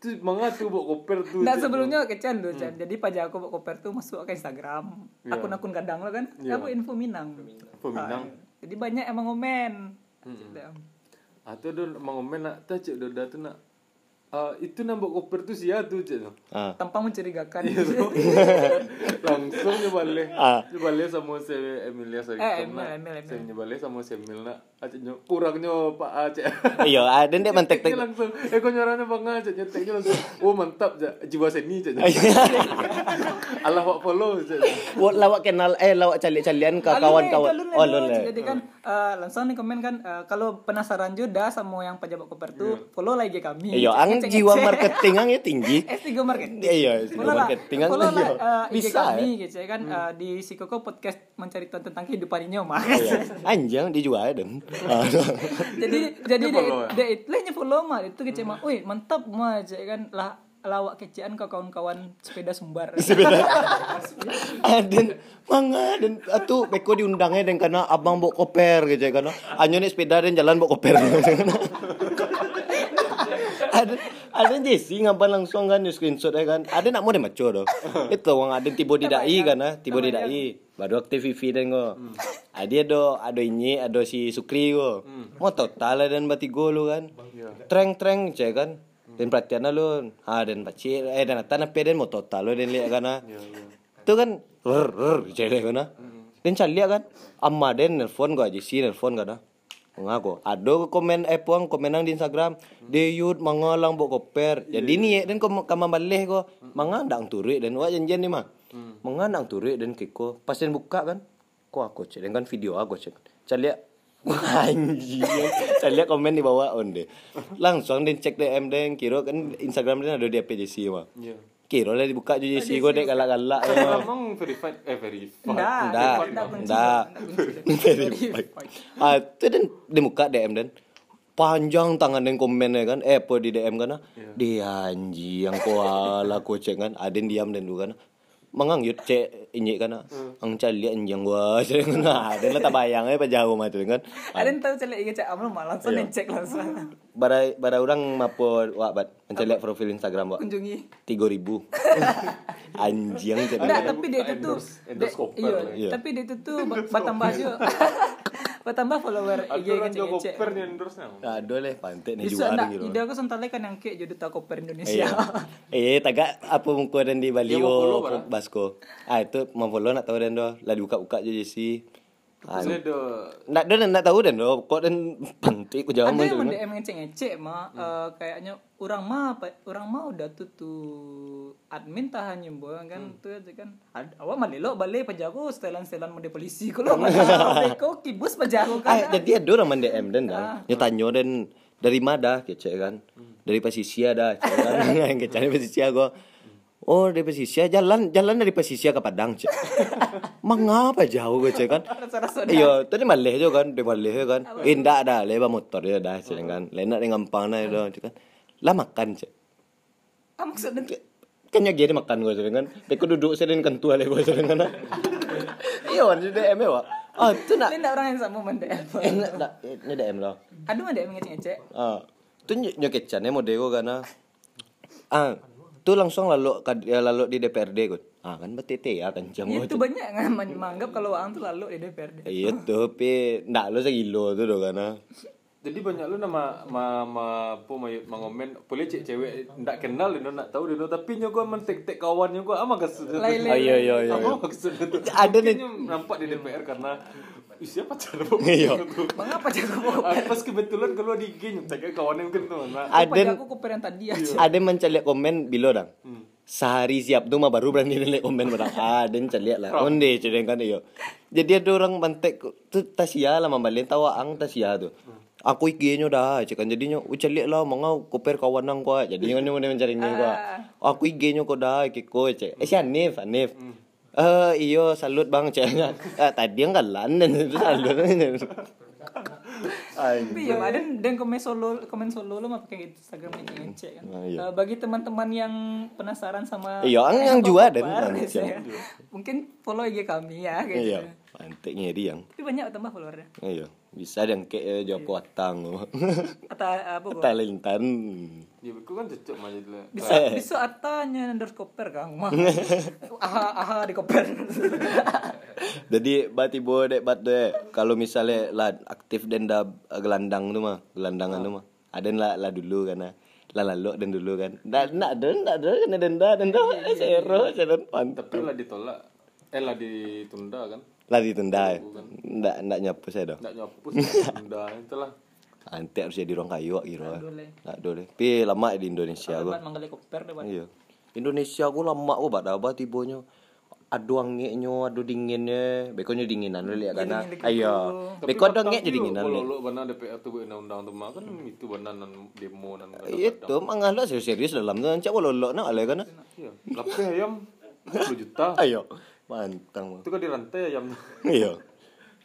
S1: Itu mangga tuh bawa koper tuh.
S3: Nah
S1: acaknya.
S3: sebelumnya kecan tuh
S2: Hmm.
S3: Chan. Jadi Pak Jago bawa koper tuh masuk ke Instagram.
S2: Iya.
S3: Akun-akun kadang lo kan.
S1: Iya.
S3: Kamu info Minang.
S1: Info Minang.
S3: Ah, Jadi banyak emang ngomen.
S2: Hmm.
S3: Cedam.
S1: Ah tu ada orang mau komen nak tak cek udah udah tuh nak. Ah itu nak bawa koper tuh sia tuh cek tu.
S2: Ah.
S3: Tampang mencurigakan.
S2: Iya,
S1: (laughs) Langsung dia balik.
S2: Ah.
S1: Dia balik sama si Emilia saya
S3: Eh, Emil, Emil, Emil.
S1: Saya balik sama si Emil nak acaknya orangnya Pak Acek.
S2: Iya, Aden dia mantek
S1: Ceknya langsung. Eh kau nyoranya bang Acek nyeteknya langsung. Oh mantap cek. Jiwa seni cek. Allah wak follow cek.
S2: Buat lawak kenal eh lawak calik-calian ke kawan-kawan.
S3: Oh,
S2: Oh, lol.
S3: Jadi kan eh, langsung nih komen kan eh, kalau penasaran juga sama yang pejabat koper tuh follow lagi kami.
S2: Iya, ang
S3: Cek-cek-cek.
S2: jiwa
S3: (laughs)
S2: marketing ang ya tinggi.
S3: S3 marketing.
S2: Iya, S3
S3: Follow lah-
S2: marketing kan,
S3: follow lah,
S2: iya.
S3: eh, IG
S2: Bisa, Hmm.
S3: kami gitu ya kan eh, di si Koko podcast mencari tentang tentang kehidupan ini Mas.
S2: Iya, Anjang dijual dan. Ah,
S3: (laughs) jadi jadi
S1: Dia
S3: dia
S1: follow, ya? Hmm.
S3: dia itu lainnya follow mah itu kece mah. Wih, mantap mah cek kan lah lawak kecean ke kawan-kawan sepeda
S2: (laughs)
S3: sumbar.
S2: (laughs) Aden manga dan atu beko diundangnya dan karena abang bawa koper gitu ya karena anyo nih sepeda dan jalan bawa koper. (laughs) Ada ada Jesse ngapain langsung kan di screenshot ya kan. Ada nak mau deh maco doh. Itu wong ada tiba di dai kan ah, tiba di dai. Baru aktif Vivi dan go. Ada do ada ini ada si Sukri go. Mau total lah dan bati go lu kan. Treng treng cek kan. Dan perhatian lah lu. Ha dan pacik eh dan tanah pe dan mau total lu dan lihat kan ah. Itu kan rr rr cek kan ah. Dan cari kan. Amma dan nelfon go aja si nelfon kan ah. Mengaku. Ada komen eh puang komen nang di Instagram. Deyut mangalang bok koper. Jadi ni eh, dan kau kamu balik ko. Mangandang turi dan wak janjian ni mah. Mangandang turi dan kiko. Pas dan buka kan. Ko aku cek dan kan video aku cek. Calik (laughs) Anjing Saya lihat komen di bawah on deh Langsung dan cek DM deh Kira kan Instagram dia ada di APJC mah
S1: Ya.
S2: Kira lah dibuka je JC Kau dek galak-galak ya,
S1: Emang verified eh verified.
S3: Ndak,
S2: Ndak,
S3: ndak kunci,
S2: ndak.
S3: ndak kunci.
S2: ah itu dan dia muka DM dan panjang tangan dan komen ya kan eh apa di DM kan ah dia anji yang kau ala kau cek kan aden diam dan dulu kan mengang yut cek injek kan ah. ang cali anjang gua (laughs) cek kan ah. aden lah tak bayang eh pejauh macam kan Ah,
S3: Ada yang tahu celek IG cek amlo mah
S2: Ya.
S3: langsung ngecek
S1: Ah.
S3: langsung.
S2: barai barai orang mapo wak bat mencari profil Instagram wak
S3: (laughs) Kunjungi.
S2: tiga
S3: (laughs)
S2: ribu anjing kan. jadi
S3: Enggak, tapi dia itu tuh
S1: endorse- endorse
S3: dia-
S1: koper
S3: iya,
S1: lah
S2: ya.
S3: tapi dia itu tuh ba- bertambah juga. (laughs) bertambah follower IG
S1: Ada orang
S3: kecil
S1: jual
S3: kecil.
S1: koper ni endorse nang.
S2: tak boleh pantai nih
S3: Bisa
S2: jual
S3: enggak?
S2: gitu
S3: Ide aku sentalnya kan yang kayak jadi tahu koper Indonesia.
S2: Iya.
S3: (laughs)
S2: Eh, tagak apa muka dan di Bali
S1: Dia mau follow
S2: oh,
S1: apa?
S2: Basko. Ah itu mau follow nak tahu dan doh. Lah dibuka-buka je je si.
S1: Ini do
S2: Nak dan nak tahu dan lo kok dan (laughs) pantik ku
S3: ada
S2: jamu
S3: yang
S2: tu. kan.
S3: mendm ngecek ngecek mah
S1: Hmm.
S3: eh, kayaknya orang mah apa- orang mah udah tuh tuh admin tahan nyembuh kan
S1: Hmm.
S3: tuh aja kan Ad- awak mah lelo balik pejago setelan setelan mau polisi kalau (laughs) mah kau kibus pejago
S2: Ah,
S3: kan Ah.
S2: jadi ada orang mendem dan dah. Dia tanya dan dari mana kece kan? Dari Pasisia dah. cek Kan (laughs) yang kece dari Pasisia gua. Oh dari Pasisia jalan jalan dari Pasisia ke Padang
S3: (laughs)
S2: cek. Mengapa jauh kece kan?
S3: rasa-rasa
S2: Iya, tadi malih je kan, dia malih je kan. Eh, ndak dah, lebar motor dia dah cek kan. Lain nak dengan pang dah cek kan. Lah makan cek.
S3: ah, maksudnya
S2: Kenya dia makan gue sering kan. Dia duduk sering kentua lah gue sering kan. Iya, wan dia DM wa. Ah, tu nak
S3: ini ndak orang yang sama mendm
S2: eh nak nak eh, ni DM lah.
S3: ada mendm ngecek ngecek
S2: Ah, tu nyoket chan eh mode gue kan. ah. Ah, tu langsung lalu kad- ya, lalu di DPRD gue. Ah, kan betete ya kan jam
S3: itu
S2: gue.
S3: banyak yang men- menganggap kalau orang tuh lalu di DPRD
S2: Iya tu, tapi nak lo segilo tu doh kan. ah.
S1: jadi banyak lu nama ma ma apa ma, ma ngomen boleh cek cewek ndak kenal dia nak tahu dia tapi nyogo mentek tek kawannya gua ama kesel.
S3: Lain, lain,
S2: Ah, iya, iya, iya, iya.
S1: Apa maksud itu?
S2: Ada nih.
S1: Mungkin nampak di DPR karena "Ih, siapa cara bawa
S2: Iya.
S1: itu?"
S3: mengapa jago mau
S1: Ah, Pas kebetulan keluar di geng, tega kawannya mungkin tuh. Nah,
S2: Ada
S3: pejago kuper yang tadi ya. aja
S2: ada mencari komen bilo dang. Sehari siap tu mah baru berani nilai komen barang. Ah, dan celiak lah. Onde cereng kan iyo. Jadi ada orang bantek tu tasia lah mambalin tawa ang tasia tu. Aku IG-nya dah, kan, cekan jadinya ucelik lah mangau koper kawan nang kau. Jadi kan dia mencari ni kau. Aku IG-nya kau dah kiko cek. Eh si Anif, Anif. Eh iyo salut bang ceknya. Eh, tadi yang kalan (laughs) dan itu salut. Ay.
S3: Tapi ya, ada dan komen solo komen solo lo mah pakai Instagram yang ngecek kan.
S2: Ah, iya.
S3: Eh, bagi teman-teman yang penasaran sama
S2: Iya, ang-
S3: yang
S2: ang jua dan,
S3: kobar,
S2: ang
S3: guys,
S2: jua.
S3: ya. Mungkin follow IG kami ya guys.
S2: Iyo, bantek ngeri yang.
S3: Tapi banyak tambah followernya.
S2: Iya, bisa yang eh, kayak Joko (laughs) Atang.
S3: Atau apa kok?
S2: Talentan.
S1: ya aku kan cocok mah jadi lah.
S3: Bisa
S2: Eh.
S3: bisa atanya under koper kang
S2: (laughs)
S3: mah. aha aha di koper.
S2: Jadi bati bo dek bat dek. Kalau misalnya lah aktif dan da gelandang tu mah, gelandangan tu mah. Ada lah lah dulu kan. ah. Lah lalok dan dulu kan. Nak nak den nak den kena denda denda Eh, sero jalan pantep.
S1: Tapi lah ditolak. Eh lah ditunda kan.
S2: Lah ditenda. eh. Ndak ndak nyapu saya dah.
S1: Nggak nyopus,
S2: (laughs)
S1: ditunda itulah.
S2: Antek harus jadi orang kayu kira.
S3: Nak doleh.
S2: Nak doleh. Pi lama di Indonesia aku.
S3: Buat manggali koper deh. buat.
S2: Iya. Indonesia aku lama aku bak dabah tibonyo. Adu angeknya, adu dinginnya. Bekonya dinginan lu lihat kan.
S3: dingin dekat
S2: Ayo.
S3: tu.
S1: Tapi
S2: Beko ada
S1: patah
S2: ngek jadi
S1: view
S2: dinginan
S1: Kalau
S2: lu.
S1: lo benar DPR tuh buat undang-undang tuh mah kan itu benar nan demo nan.
S2: Itu mangah lu serius dalam tu ancak walau lo nak alai kan.
S1: Iya. Lape ayam 10 juta.
S2: Ayo. Mantang.
S1: Itu kan dirantai ayam.
S2: Iya.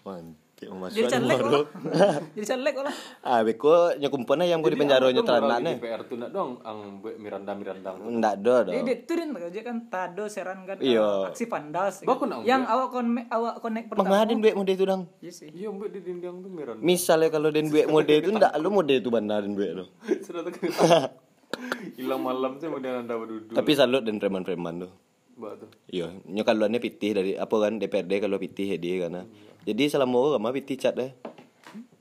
S2: Mantap masuk.
S3: Jadi caleg
S2: baru.
S3: lah. (laughs) Jadi caleg lah.
S2: Ah beko nyakumpan yang di penjara nya teranak
S1: nih.
S2: ne.
S1: DPR tuh nak dong ang buat miranda-miranda.
S2: Ndak ada dah.
S3: Jadi itu dia kerja kan tado seran kan
S2: Iya.
S3: aksi pandas. kan.
S1: Bakun, ang-
S3: Yang awak konek awak connect pertama.
S2: Mengadin duit mode tu dang.
S3: Iya sih.
S1: Iya buat di dinding tuh miranda. (laughs)
S2: Misalnya kalau den duit mode tu ndak lu mode tu bandar den duit lu.
S1: Sudah tuh kena. Hilang malam sih mau anda berduduk.
S2: Tapi salut dan preman-preman tu.
S1: Buat tuh.
S2: Iya, nyo kalau ni pitih dari apa kan DPRD kalau pitih jadi kan. ah. Jadi selama orang mah pitih cat dah. (laughs)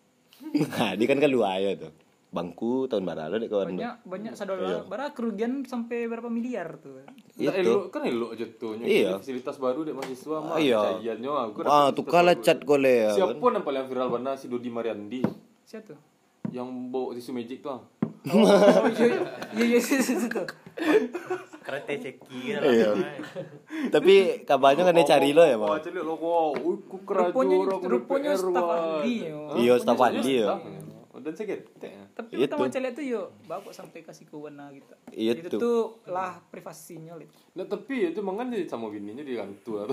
S2: Ha, dia kan keluar ya tu. Bangku tahun barat dek kawan. tu.
S3: banyak banyak sadar bara kerugian sampai berapa miliar tuh
S1: Tak
S2: Itu.
S1: elok kan elok jatuhnya.
S2: Iya.
S1: Jadi Fasilitas baru dek mahasiswa mah.
S2: iya.
S1: Cahiannya aku rasa
S2: Ah, tu
S1: fasilitas
S2: kalah
S1: baru.
S2: cat kole ya.
S1: Siapa yang paling viral benar si Dodi Mariandi
S3: siapa
S2: (laughs)
S3: tuh
S1: yang bawa tisu magic tu ah.
S3: oh iya iya iya iya iya, iya, tuh
S6: Karate ceki lah.
S3: Ya.
S6: Iya.
S2: Tapi kabarnya kan dia cari lo
S1: Ah,
S2: ya,
S1: lah, Wah,
S2: Bang.
S1: cari lo wow. Ui, ku keraju
S3: Rupanya-
S1: orang
S3: rupanya
S1: DPR,
S3: staf
S1: wah.
S3: ahli, ya. yo.
S1: Ah,
S2: Iya,
S1: rupanya
S2: staf
S1: staf
S2: ahli, ya. yo.
S1: ahli. Oh, Dan sakit.
S3: tapi
S2: Itu.
S3: pertama cewek tuh yuk bawa sampai kasih ke warna gitu
S2: Iya,
S3: itu
S2: tuh.
S3: tuh lah privasinya lid
S1: Nah, tapi itu mangan jadi sama bininya lah di kantor.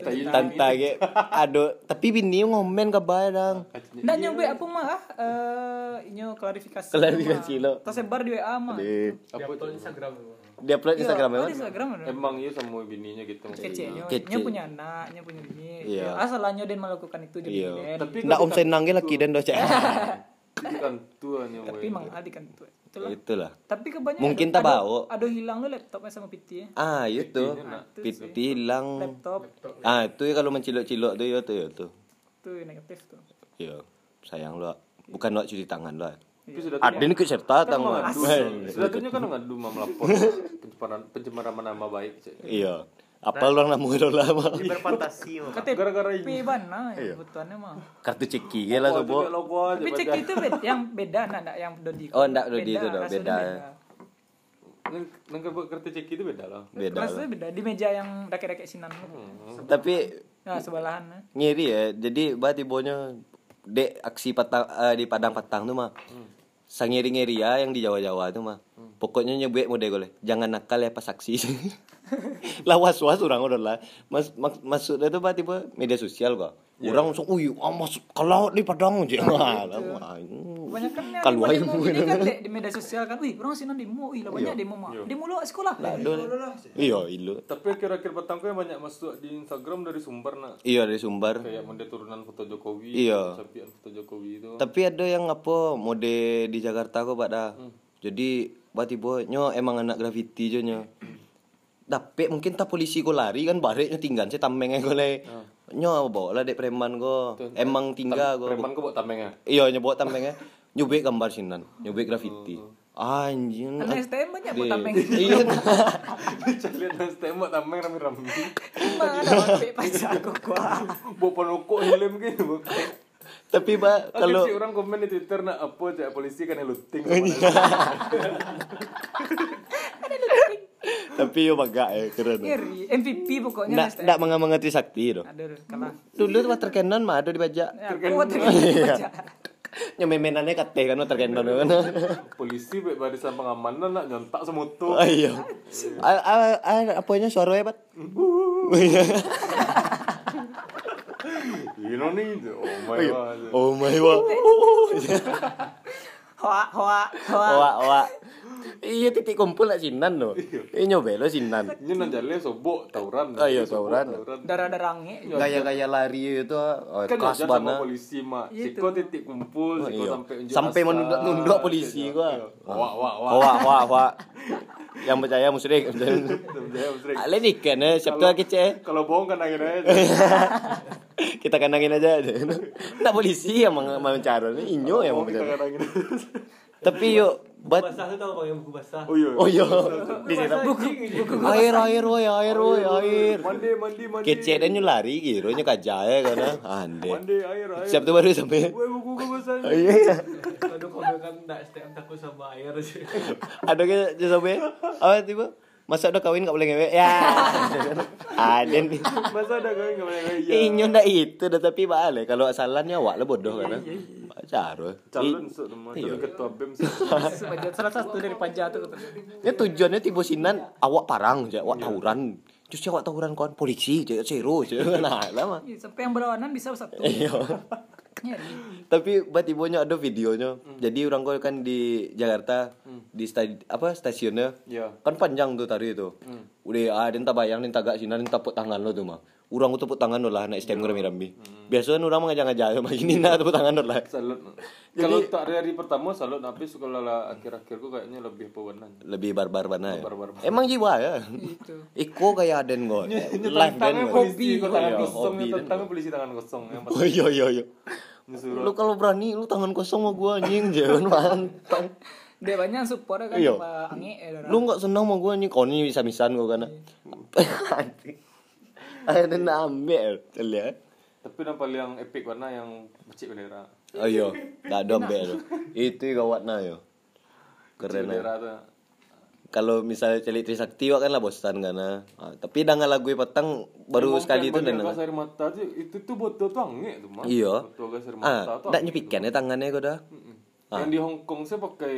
S1: Tapi
S2: Tanta ge. ya. Aduh, tapi bini ngomen kabar ya, dang.
S3: Nah nyoba apa mah ah, eh nyo klarifikasi
S2: Klarifikasi lo.
S3: tersebar di WA mah
S2: Di-
S1: apa tu?
S4: Instagram
S2: Dia upload
S3: Iya,
S2: Instagram
S3: oh,
S2: ya.
S3: di Instagram ada.
S1: Emang iya sama bininya gitu.
S3: kecilnya
S2: Kecil.
S3: nyo punya anak nyo punya Ya, ini
S2: Iya.
S3: asalnya dia melakukan itu dia
S2: Iya.
S3: bikin.
S1: Tapi
S2: Ndak om senang lah ge laki dan doce.
S1: Di kantor nya.
S3: tapi emang adik kan tuh itulah
S2: (laughs) Itulah.
S3: tapi kebanyakan
S2: Iya. Mungkin tak bawa.
S3: aduh hilang lo laptopnya sama PT ya
S2: Ah, itu. Piti hilang.
S3: laptop
S2: Ah, itu ya kalau mencilok-cilok tu ya tu ya tu.
S3: tuh negatif tuh
S2: Ya, sayang lu. Bukan nak cuci tangan lu.
S1: Tapi sudah
S2: Ada ni ikut serta tang. lu. (laughs)
S1: Aduh, Sudah tuhnya kan ngadu melapor pencemaran pencemaran nama baik. Cik.
S2: Eh, Iya. Apa orang nama orang lama?
S6: Dia berfantasi mah.
S3: KTP
S4: Gara-gara ini.
S3: mana
S2: Nah, Iya.
S3: nah, kebutuhannya mah.
S2: Kartu ceki ge lah sobo.
S3: Tapi cek itu beda yang beda nak nak yang Dodi.
S2: Oh, ndak Dodi itu dah,
S3: rasanya
S2: beda. ya.
S1: Nang nang kerba- kertas ceki itu beda lah.
S2: Beda. Hmm.
S3: Rasanya
S2: lah.
S3: beda di meja yang rakyat-rakyat sinan.
S2: Tapi
S3: Nah, sebelahan. nah.
S2: Ngeri ya. Jadi bah tibonya dek aksi patang eh, di Padang Patang tuh mah. Sangeri-ngeri ya yang di Jawa-Jawa tuh mah. Pokoknya nyebut mau deh goleh. Jangan nakal ya pas aksi. (laughs) lah was was orang udah lah. Mas, mak- maksudnya tuh bah tipe media sosial kok. Orang langsung, uy, ah, mas, kalau di Padang aja. (laughs) Wah, lah, wah, hmm.
S3: Kebanyakan kan, nah, yang
S2: Kalau aja
S3: demo
S2: mungkin.
S3: ini kan dek, di media sosial kan, wih, orang sinan demo, wih, lah banyak demo mah. Demo lu kat sekolah.
S2: Iya, ilu.
S1: Tapi akhir-akhir petang kan banyak masuk di Instagram dari sumber nak
S2: Iya dari Sumbar.
S1: kayak model turunan foto Jokowi,
S2: Iya.
S1: capian foto Jokowi itu.
S2: Tapi ada yang apa mode di Jakarta kok pak dah. Jadi bati tiba nyo emang anak graffiti je nyo. Dapet mungkin tak polisi kau lari kan bariknya tinggal saya tameng kau le. Nyo bawa lah dek preman kau. Emang tinggal kau.
S1: Preman kau buat tameng (laughs) ah.
S2: Iya nyo bawa tameng eh. Nyubik gambar sinan, nyubik graffiti. Anjing.
S3: Anak STM banyak buat
S2: Dek.
S3: tameng.
S2: (laughs) Iya.
S1: Lihat nang stem buat tameng rame-rame. (laughs)
S3: Mana
S2: (laughs)
S3: sampai pajak aku kuah.
S1: Bawa panokok helm gitu. bukan.
S2: Tapi pak
S1: Ada
S2: kalau
S1: sih orang komen di Twitter nak apa cak polisi kan looting.
S2: (laughs) tapi yo bagak ya keren.
S3: Ngeri, MVP pokoknya
S2: Ndak
S3: STM.
S2: ndak mengamati sakti tu.
S3: Ada kalah.
S2: Dulu tu Water Cannon mah ada di pajak.
S3: Ya,
S2: Iya.
S3: kuat (laughs) terkena pajak.
S2: Yang memenannya kateh kan Water Cannon tu kan.
S1: polisi baik barisan pengamanan nak nyontak semoto.
S2: Oh iya. A- a- a- Apanya suaranya, Pat? Oh,
S1: You know ni. Oh my god.
S2: Oh my god.
S3: Hoa, hoa, hoa.
S2: Wak, wak. Iya titik kumpul nak sinan tu. Iya nyobel lo sinan.
S1: Ini nang jalan sobok tawuran.
S2: Ah, iya,
S1: Sobok,
S2: tawuran.
S3: Darah-darah nge.
S2: Iya. Gaya-gaya lari itu oh,
S1: kan kelas
S2: kelas
S1: sama
S2: bana.
S1: polisi mak
S3: Iya
S1: Ciko
S3: tuh.
S1: titik kumpul
S2: Oh,
S1: Ciko
S2: iya.
S1: sampai unjuk
S2: Sampai
S1: rasa.
S2: menunduk-nunduk polisi
S1: Iya.
S2: gua. Oh.
S1: wah wah wah
S2: Wak, wak, wak. Yang percaya
S1: (laughs)
S2: musyrik.
S1: Sebenarnya, Mas Rick,
S2: Ale ni kan eh siapa
S1: Kalau-
S2: kece.
S1: kalau bohong kan angin
S2: (laughs)
S1: aja
S2: Kita kandangin aja. (laughs) Tak polisi yang meng- mencara ni inyo Oh, yang
S1: Bohong kita
S2: mencara.
S1: kan angin (laughs)
S2: Tapi yuk buat
S4: Basah tu tau kau yang buku basah.
S1: oh iya
S2: Oh iya.
S1: di
S3: Buku, buku.
S2: Air air woi air woi air.
S1: mandi mandi mandi
S2: Kece dan nyu lari gitu nyu kajah ya kan.
S1: mandi
S2: Ande.
S1: air air
S2: Siap tuh baru sampai.
S1: Woi, buku gue besar
S2: Oh, Iya.
S4: Kalau kau kan tak STM takut sama air je.
S2: Ada ke dia sampai. Apa tiba? Masa udah kawin gak boleh ngewe.
S1: (laughs)
S2: Ya. Ada nih.
S1: masa ada kau Ya. nggak boleh iya
S2: Inyo ndak itu dah tapi balik kalau asalannya awak lah bodoh kan. Cara.
S1: calon sok nama calon ketua bem sok.
S2: (laughs)
S3: Pajak salah satu dari pajak tuh.
S2: Ya tujuannya tiba sinan awak parang je awak tawuran. Terus awak tawuran kawan polisi je seru je. (laughs) Nah, lah, lama.
S3: Ih, Iya, Sampai yang berlawanan bisa satu.
S2: Iya.
S3: Nyeri.
S2: Tapi tiba-tiba ada videonya. Jadi orang kau kan di Jakarta di sta- apa stasiunnya.
S1: Ya.
S2: Kan panjang tuh tadi itu. Udah ada entah bayang entah gak sinar entah tepuk tangan lo tuh mah. Orang tuh tepuk tangan lo lah naik stem rame-rame. Biasanya orang mah ngajak-ngajak (laughs) mah gini nah tepuk tangan lo lah.
S1: salon kalau tak dari hari pertama salon tapi suka lala akhir akhirku lah. kayaknya lebih pewenan
S2: Lebih barbar mana ya.
S1: Barbar mana.
S2: Emang jiwa ya.
S3: Itu.
S2: Iko kayak aden gue. Live band
S1: Tangan
S2: gue.
S1: polisi kok tangan
S2: Iya,
S1: kosong
S2: hobi dan
S1: tentang polisi tangan kosong yang
S2: Oh iya iya iya.
S1: Disuruh.
S2: Lu kalau berani lu tangan kosong sama gua anjing (laughs) jangan mantap.
S3: Dia banyak support kan
S2: Iya.
S3: Pak Ange eh, darah.
S2: Lu gak senang sama gue anjing Kau ni bisa-bisaan gue kan (laughs) Ada nak ambil Celia
S1: Tapi yang paling epic warna yang becik bendera.
S2: Ayo Tak Oh, ada ambil tu Itu yang kawat nak yo
S1: Becik
S2: Keren
S1: bendera
S2: lah
S1: tu.
S2: Kalau misalnya celik Trisakti Wak kan lah bosan kan ah. Ah, Tapi dengan lagu yang petang Baru
S1: Ngomong
S2: sekali
S1: kan
S2: tu
S1: banyak
S2: dan
S1: gas air mata tu itu tu botol tu angin tu mah.
S2: Iya
S1: Botol gas air mata
S2: Ah,
S1: tu.
S2: Tak
S1: angin
S2: nyepikan ya tangannya kau dah
S1: tu. Mm-mm. Yang di Hong Kong saya pakai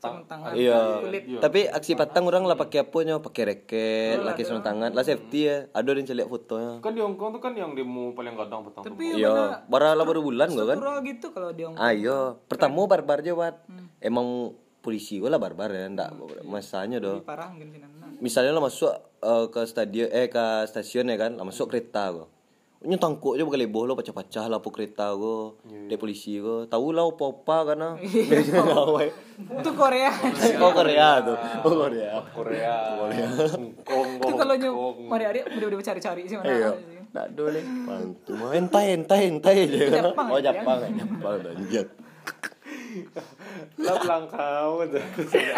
S1: tang
S3: Tangan.
S1: tangan.
S2: Iya.
S1: kulit. Iya.
S2: Tapi aksi patang orang lah pakai apa nyo? Pakai reket, lah sarung tangan, lah safety ya. Ada yang celik fotonya.
S1: Kan di Hong Kong tu kan yang demo paling kadang petang. tu.
S3: Tapi mana
S2: Iya, baru lah baru bulan gua kan.
S3: Kura gitu kalau dia ngomong.
S2: Ayo, pertama barbar je wat. Emang polisi gua lah barbar ya, ndak masanya doh.
S3: Lebih parah mungkin sinan. Nah.
S2: Misalnya lah masuk eh, ke stadion eh ke stasiun ya kan, lah masuk kereta gua. Nyo tangkuk je bukan boh lo pecah-pecah lah po kereta gua. Dia polisi gua. Tahu lah apa-apa (laughs) karena.
S3: Itu Korea.
S2: eh. Oh Korea tuh. Oh Korea.
S1: Korea, Hong Kong,
S3: (laughs) Itu
S1: Hong
S3: kalau nyu
S1: Kong.
S3: mari hari udah udah cari-cari sih mana.
S2: Iya. Ndak boleh. Mantu. Entai entai entai je. kan.
S3: Jepang,
S2: Oh
S3: ya.
S2: Jepang. eh. Jepang dah anjir.
S1: Lah pelangkau tu.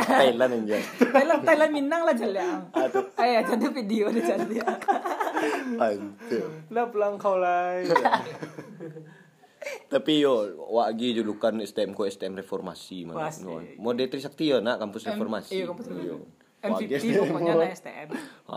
S2: Thailand anjir.
S3: ya. Thailand Thailand Minang lah jalan. Eh, jadi video udah jalan.
S2: Anjir.
S3: lah pulang kau lah
S2: Tapi yo wagi julukan STM ko STM reformasi mana.
S3: Pasti.
S2: Mode Trisakti yo nak kampus reformasi.
S3: iya, kampus
S2: Yo. Wagi
S3: MVP
S2: STM.
S3: pokoknya lah STM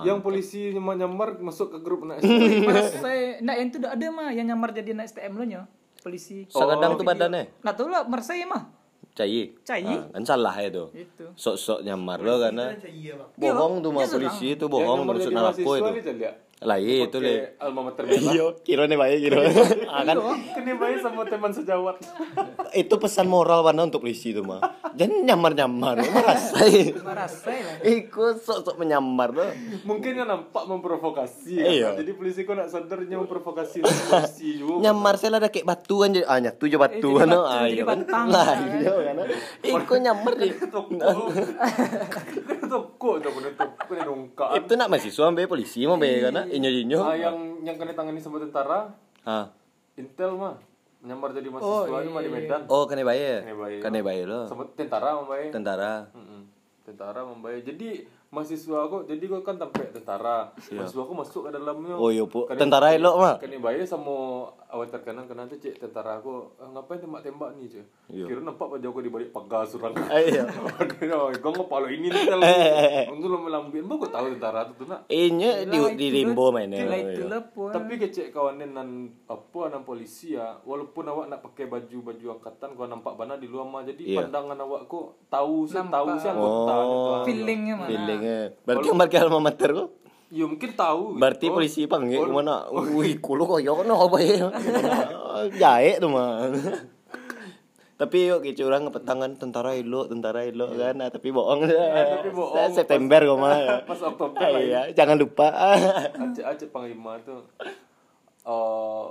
S1: yang polisi nyamar masuk ke grup anak STM
S3: Eh, Marsai nah yang itu udah ada mah yang nyamar jadi anak STM lo nyo polisi
S2: Sagadang Oh,
S3: Oh,
S2: tu badannya.
S3: nah tuh lah Marsai mah
S2: Cai.
S3: Cai.
S2: kan salah ya tu.
S3: itu lah,
S2: Sok-sok nyamar lo karena
S6: Iya bang.
S2: bohong tu mah
S3: Iya,
S2: polisi itu
S1: Yang
S2: bohong
S1: nyamar
S2: maksud
S1: jadi
S2: narako
S1: mahasiswa ni
S2: itu.
S1: jadi ya
S2: Lah iya itu
S1: Pakai
S2: le.
S1: alma mater merah
S2: Iya, kirone bae
S1: (laughs)
S2: kira. Ah, kan
S3: oh.
S1: kena baik sama teman sejawat
S2: itu pesan moral mana untuk polisi itu mah. Jangan nyamar-nyamar, merasai.
S3: Marsai lah
S2: Iku sok-sok menyamar lo.
S1: mungkin yang nampak memprovokasi
S2: Iya.
S1: kan? jadi polisi kok nak sadarnya memprovokasi polisi juga
S2: nyamar saya lah ada kayak batu kan jadi ah nyak tujuh
S3: Eh,
S2: batu
S3: jadi
S2: kan
S3: batu,
S2: ah
S3: jadi
S2: iya kan
S3: batang,
S2: lah
S3: kan?
S2: iya kan iku nyamar di
S1: toko kena toko tu kena toko kena dongkak
S2: itu nak mahasiswa ambil polisi mau ambil kan
S3: Eh,
S2: inyo inyo
S1: ah yang yang kena tangani sama tentara
S2: ah
S1: intel mah nyamar jadi mahasiswa
S3: Oh,
S1: ni mah di
S3: iya,
S1: Medan
S2: oh kena bayar
S1: Kena bayar.
S2: kena bayar lo
S1: sama tentara membayar
S2: tentara
S1: Mm-mm. tentara membayar jadi mahasiswa aku jadi aku kan sampai tentara mahasiswa aku masuk ke dalamnya
S2: Ya. Oh, iya, Pok. Tentara elok, mah.
S1: kena bayar sama awal terkenal kena tu cik tentara aku "Ah, ngapain tembak-tembak ni cik
S2: Iya.
S1: kira nampak baju aku di balik pagar surang
S2: Ya. Ah,
S1: (laughs)
S2: iya
S1: Aduh, "Oh, kau ngepalo ini nih tel.
S2: (laughs)
S1: Untuk lo melambin, aku tahu tentara tu tu nak.
S2: Eh, inyo di di limbo mainnya ya.
S3: lah itu
S2: iya.
S3: lah pun
S1: Tapi kecek kawan ni nan apa nan polisi ya. Walaupun awak nak pakai baju baju angkatan kau nampak bana di luar mah jadi
S2: Iya.
S1: pandangan awak kau tahu sih
S3: Nampak.
S1: tahu sih anggota
S2: Ya. Oh.
S1: gitu.
S3: feelingnya mana
S2: feelingnya berarti kembar ke alma mater lo
S1: Ya mungkin tahu.
S2: berarti
S1: gitu.
S2: polisi
S1: oh.
S2: panggil ke
S1: (laughs)
S2: mana wih kulo koyo no apa ya jae tu mah tapi yuk kicu orang petangan tentara elok tentara elok kan ah, tapi bohong
S1: tapi bohong.
S2: September kok mah
S1: Pas Oktober
S2: Ah,
S1: lagi.
S2: iya jangan lupa
S1: Acik-acik panglima tu eh,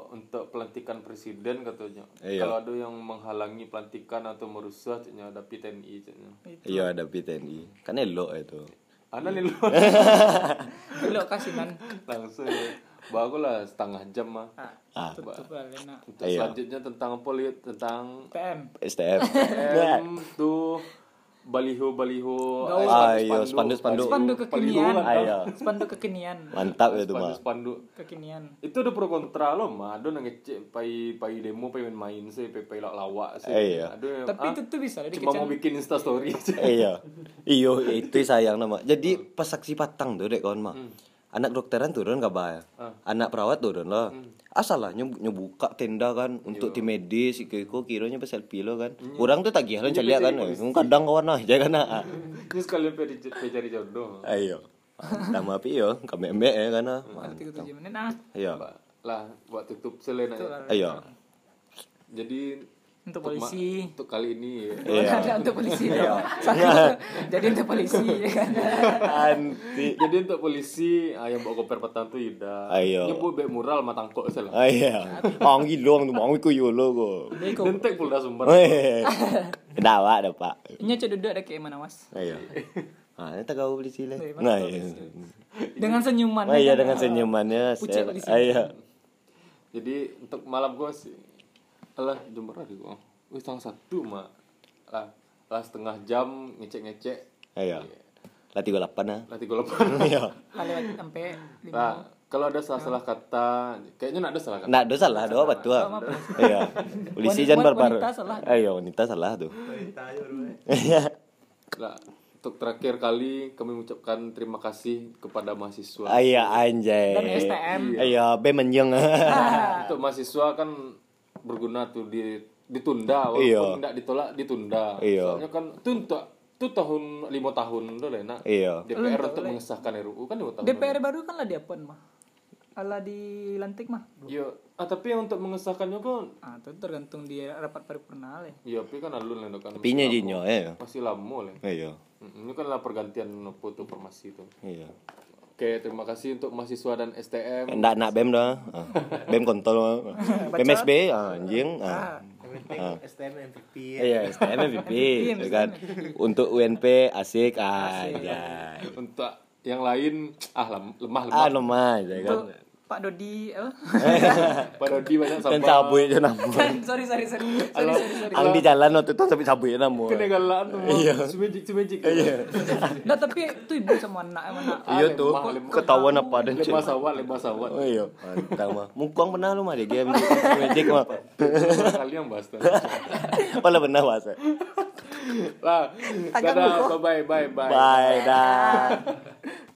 S1: untuk pelantikan presiden katanya.
S2: Iya.
S1: Kalau ada yang menghalangi pelantikan atau merusak caknya ada TNI caknya.
S2: iya ada PTNI kan elok itu
S1: Ana
S2: Iya.
S1: ni lu
S2: (laughs)
S3: lo kasihan
S1: langsung barulah setengah jam mah.
S3: ah
S2: ah
S3: tutup lah enak
S1: Untuk
S2: Iya.
S1: selanjutnya tentang apa lihat tentang
S3: PM
S1: (laughs)
S2: STM Iya.
S1: M tu baliho baliho
S3: Gaul.
S2: Ah, iya, spanduk-spanduk.
S3: spanduk kekinian
S2: Ah, iya.
S3: spanduk kekinian
S2: mantap itu
S1: spanduk
S2: mah
S1: spanduk
S3: kekinian
S1: itu ada pro kontra loh mah ada nang ngecek pai pai demo pai main-main sih pai pai lawak sih
S2: Eh, iya.
S1: ada ah,
S3: tapi itu tuh bisa lah
S1: cuma mau
S3: dikecan
S1: bikin insta story
S2: iya iyo itu sayang nama jadi pas saksi patang tuh dek kawan mah anak dokteran turun gak bay anak perawat turun lah asal lah nyebu- nyebuka tenda kan untuk tim medis iko iko kiranya pas selfie lo kan orang tuh tagih lo celia kan eh. kadang kawan (laughs) nah jangan
S1: (laughs)
S2: nah
S1: ini sekali pai di- pai cari jodoh
S2: ayo sama api yo kami eme ya kan ah.
S3: tiga tujuh menit ah lah.
S2: iya
S1: lah buat tutup selena ya.
S2: ayo
S1: jadi
S3: untuk
S1: ma-
S3: polisi
S1: untuk kali ini
S3: (laughs)
S1: ya.
S2: Iya.
S3: Ada untuk
S2: (laughs)
S3: polisi
S2: Iya.
S3: dong. Satu, jadi untuk
S2: (laughs)
S3: polisi ya kan
S2: anti
S1: jadi untuk polisi ah, yang bawa koper petang tuh Ida
S2: Ayo.
S1: nyebut bek mural matang kok sih lah
S2: ayo Ah, anggi doang tuh mau ikut yo lo ko
S3: (laughs) jadi kau
S1: dentek polda sumber
S2: Eh, kenapa ada pak
S3: ini aja duduk ada kayak mana was
S2: Ayo. Ah, ini tak kau beli sile.
S3: Dari
S2: Nah,
S3: mana kau
S2: iya.
S3: dengan senyuman
S2: Nah, Oh, iya dengan senyumannya.
S3: Pucet
S2: saya-
S3: di sini.
S2: Ayo.
S1: Jadi untuk malam gue sih Alah jam berapa gue Wih setengah satu mak Lah Lah setengah jam ngecek-ngecek
S2: Ayo. Lah 38 (laughs) nah.
S1: Lah tiga lepas
S2: Iya.
S3: lewat sampai lima
S1: Nah kalau ada salah-salah kata Kayaknya nak ada salah kata
S2: Nah, dosa lah, doa batu. ah. Iya. Polisi
S3: Wanita-
S2: jangan barbar.
S3: wanita salah.
S2: Ayo, wanita salah tuh.
S4: eh.
S1: Lah untuk terakhir kali kami mengucapkan terima kasih kepada mahasiswa
S2: Ayo anjay.
S3: dan STM
S2: Ayo, be menjeng. Ah.
S1: Untuk mahasiswa kan berguna tuh di ditunda
S2: Iya.
S1: walaupun tidak ditolak ditunda
S2: Iya.
S1: soalnya kan itu untuk itu tahun lima tahun udah lah enak
S2: Iya.
S1: DPR untuk mengesahkan RUU kan lima tahun
S3: DPR baru kan lah diapun mah ala dilantik mah
S1: Yo, ah tapi yang untuk mengesahkannya pun
S3: ah itu tergantung di rapat paripurna lah ya.
S1: Iya, tapi kan alun lah kan.
S2: Pinya jinyo, ayo.
S1: Masih lama lah.
S2: Ayo.
S1: Mm, Ini kan lah pergantian foto formasi itu.
S2: Iya.
S1: Oke, terima kasih untuk mahasiswa dan STM.
S2: Ndak nak bem dah. Ah, Bem kontol. ah. Bem SB ah, anjing. Ah.
S6: Yang penting STM MVP.
S2: (laughs) Iya, STM MVP, ya kan. Untuk UNP asik aja.
S1: Untuk yang lain ah lam- lemah lemah.
S2: Ah, lemah, ya kan.
S3: Pak
S2: (laughs)
S3: Dodi apa?
S1: Pak Dodi banyak sampah.
S2: Dan cabut je nama.
S3: Kan, sorry sorry sorry. Sorry sorry sorry.
S2: Ang di jalan waktu tu tapi cabut je nama.
S1: Kenegalaan tuh.
S2: Iya.
S1: Sumejik sumejik.
S3: Nah, tapi itu ibu sama anak sama anak.
S2: Iya tu
S1: lemah, lemah.
S2: ketahuan apa dan cik.
S1: Lemas awal, lemas awal.
S2: Oh iya. Mantap mah. Mungkong pernah lu mah dia game (laughs) magic mah.
S1: Kali yang bahas tadi.
S2: Wala pernah bahasa.
S1: Lah, dadah, bye bye bye bye.
S2: Bye dah.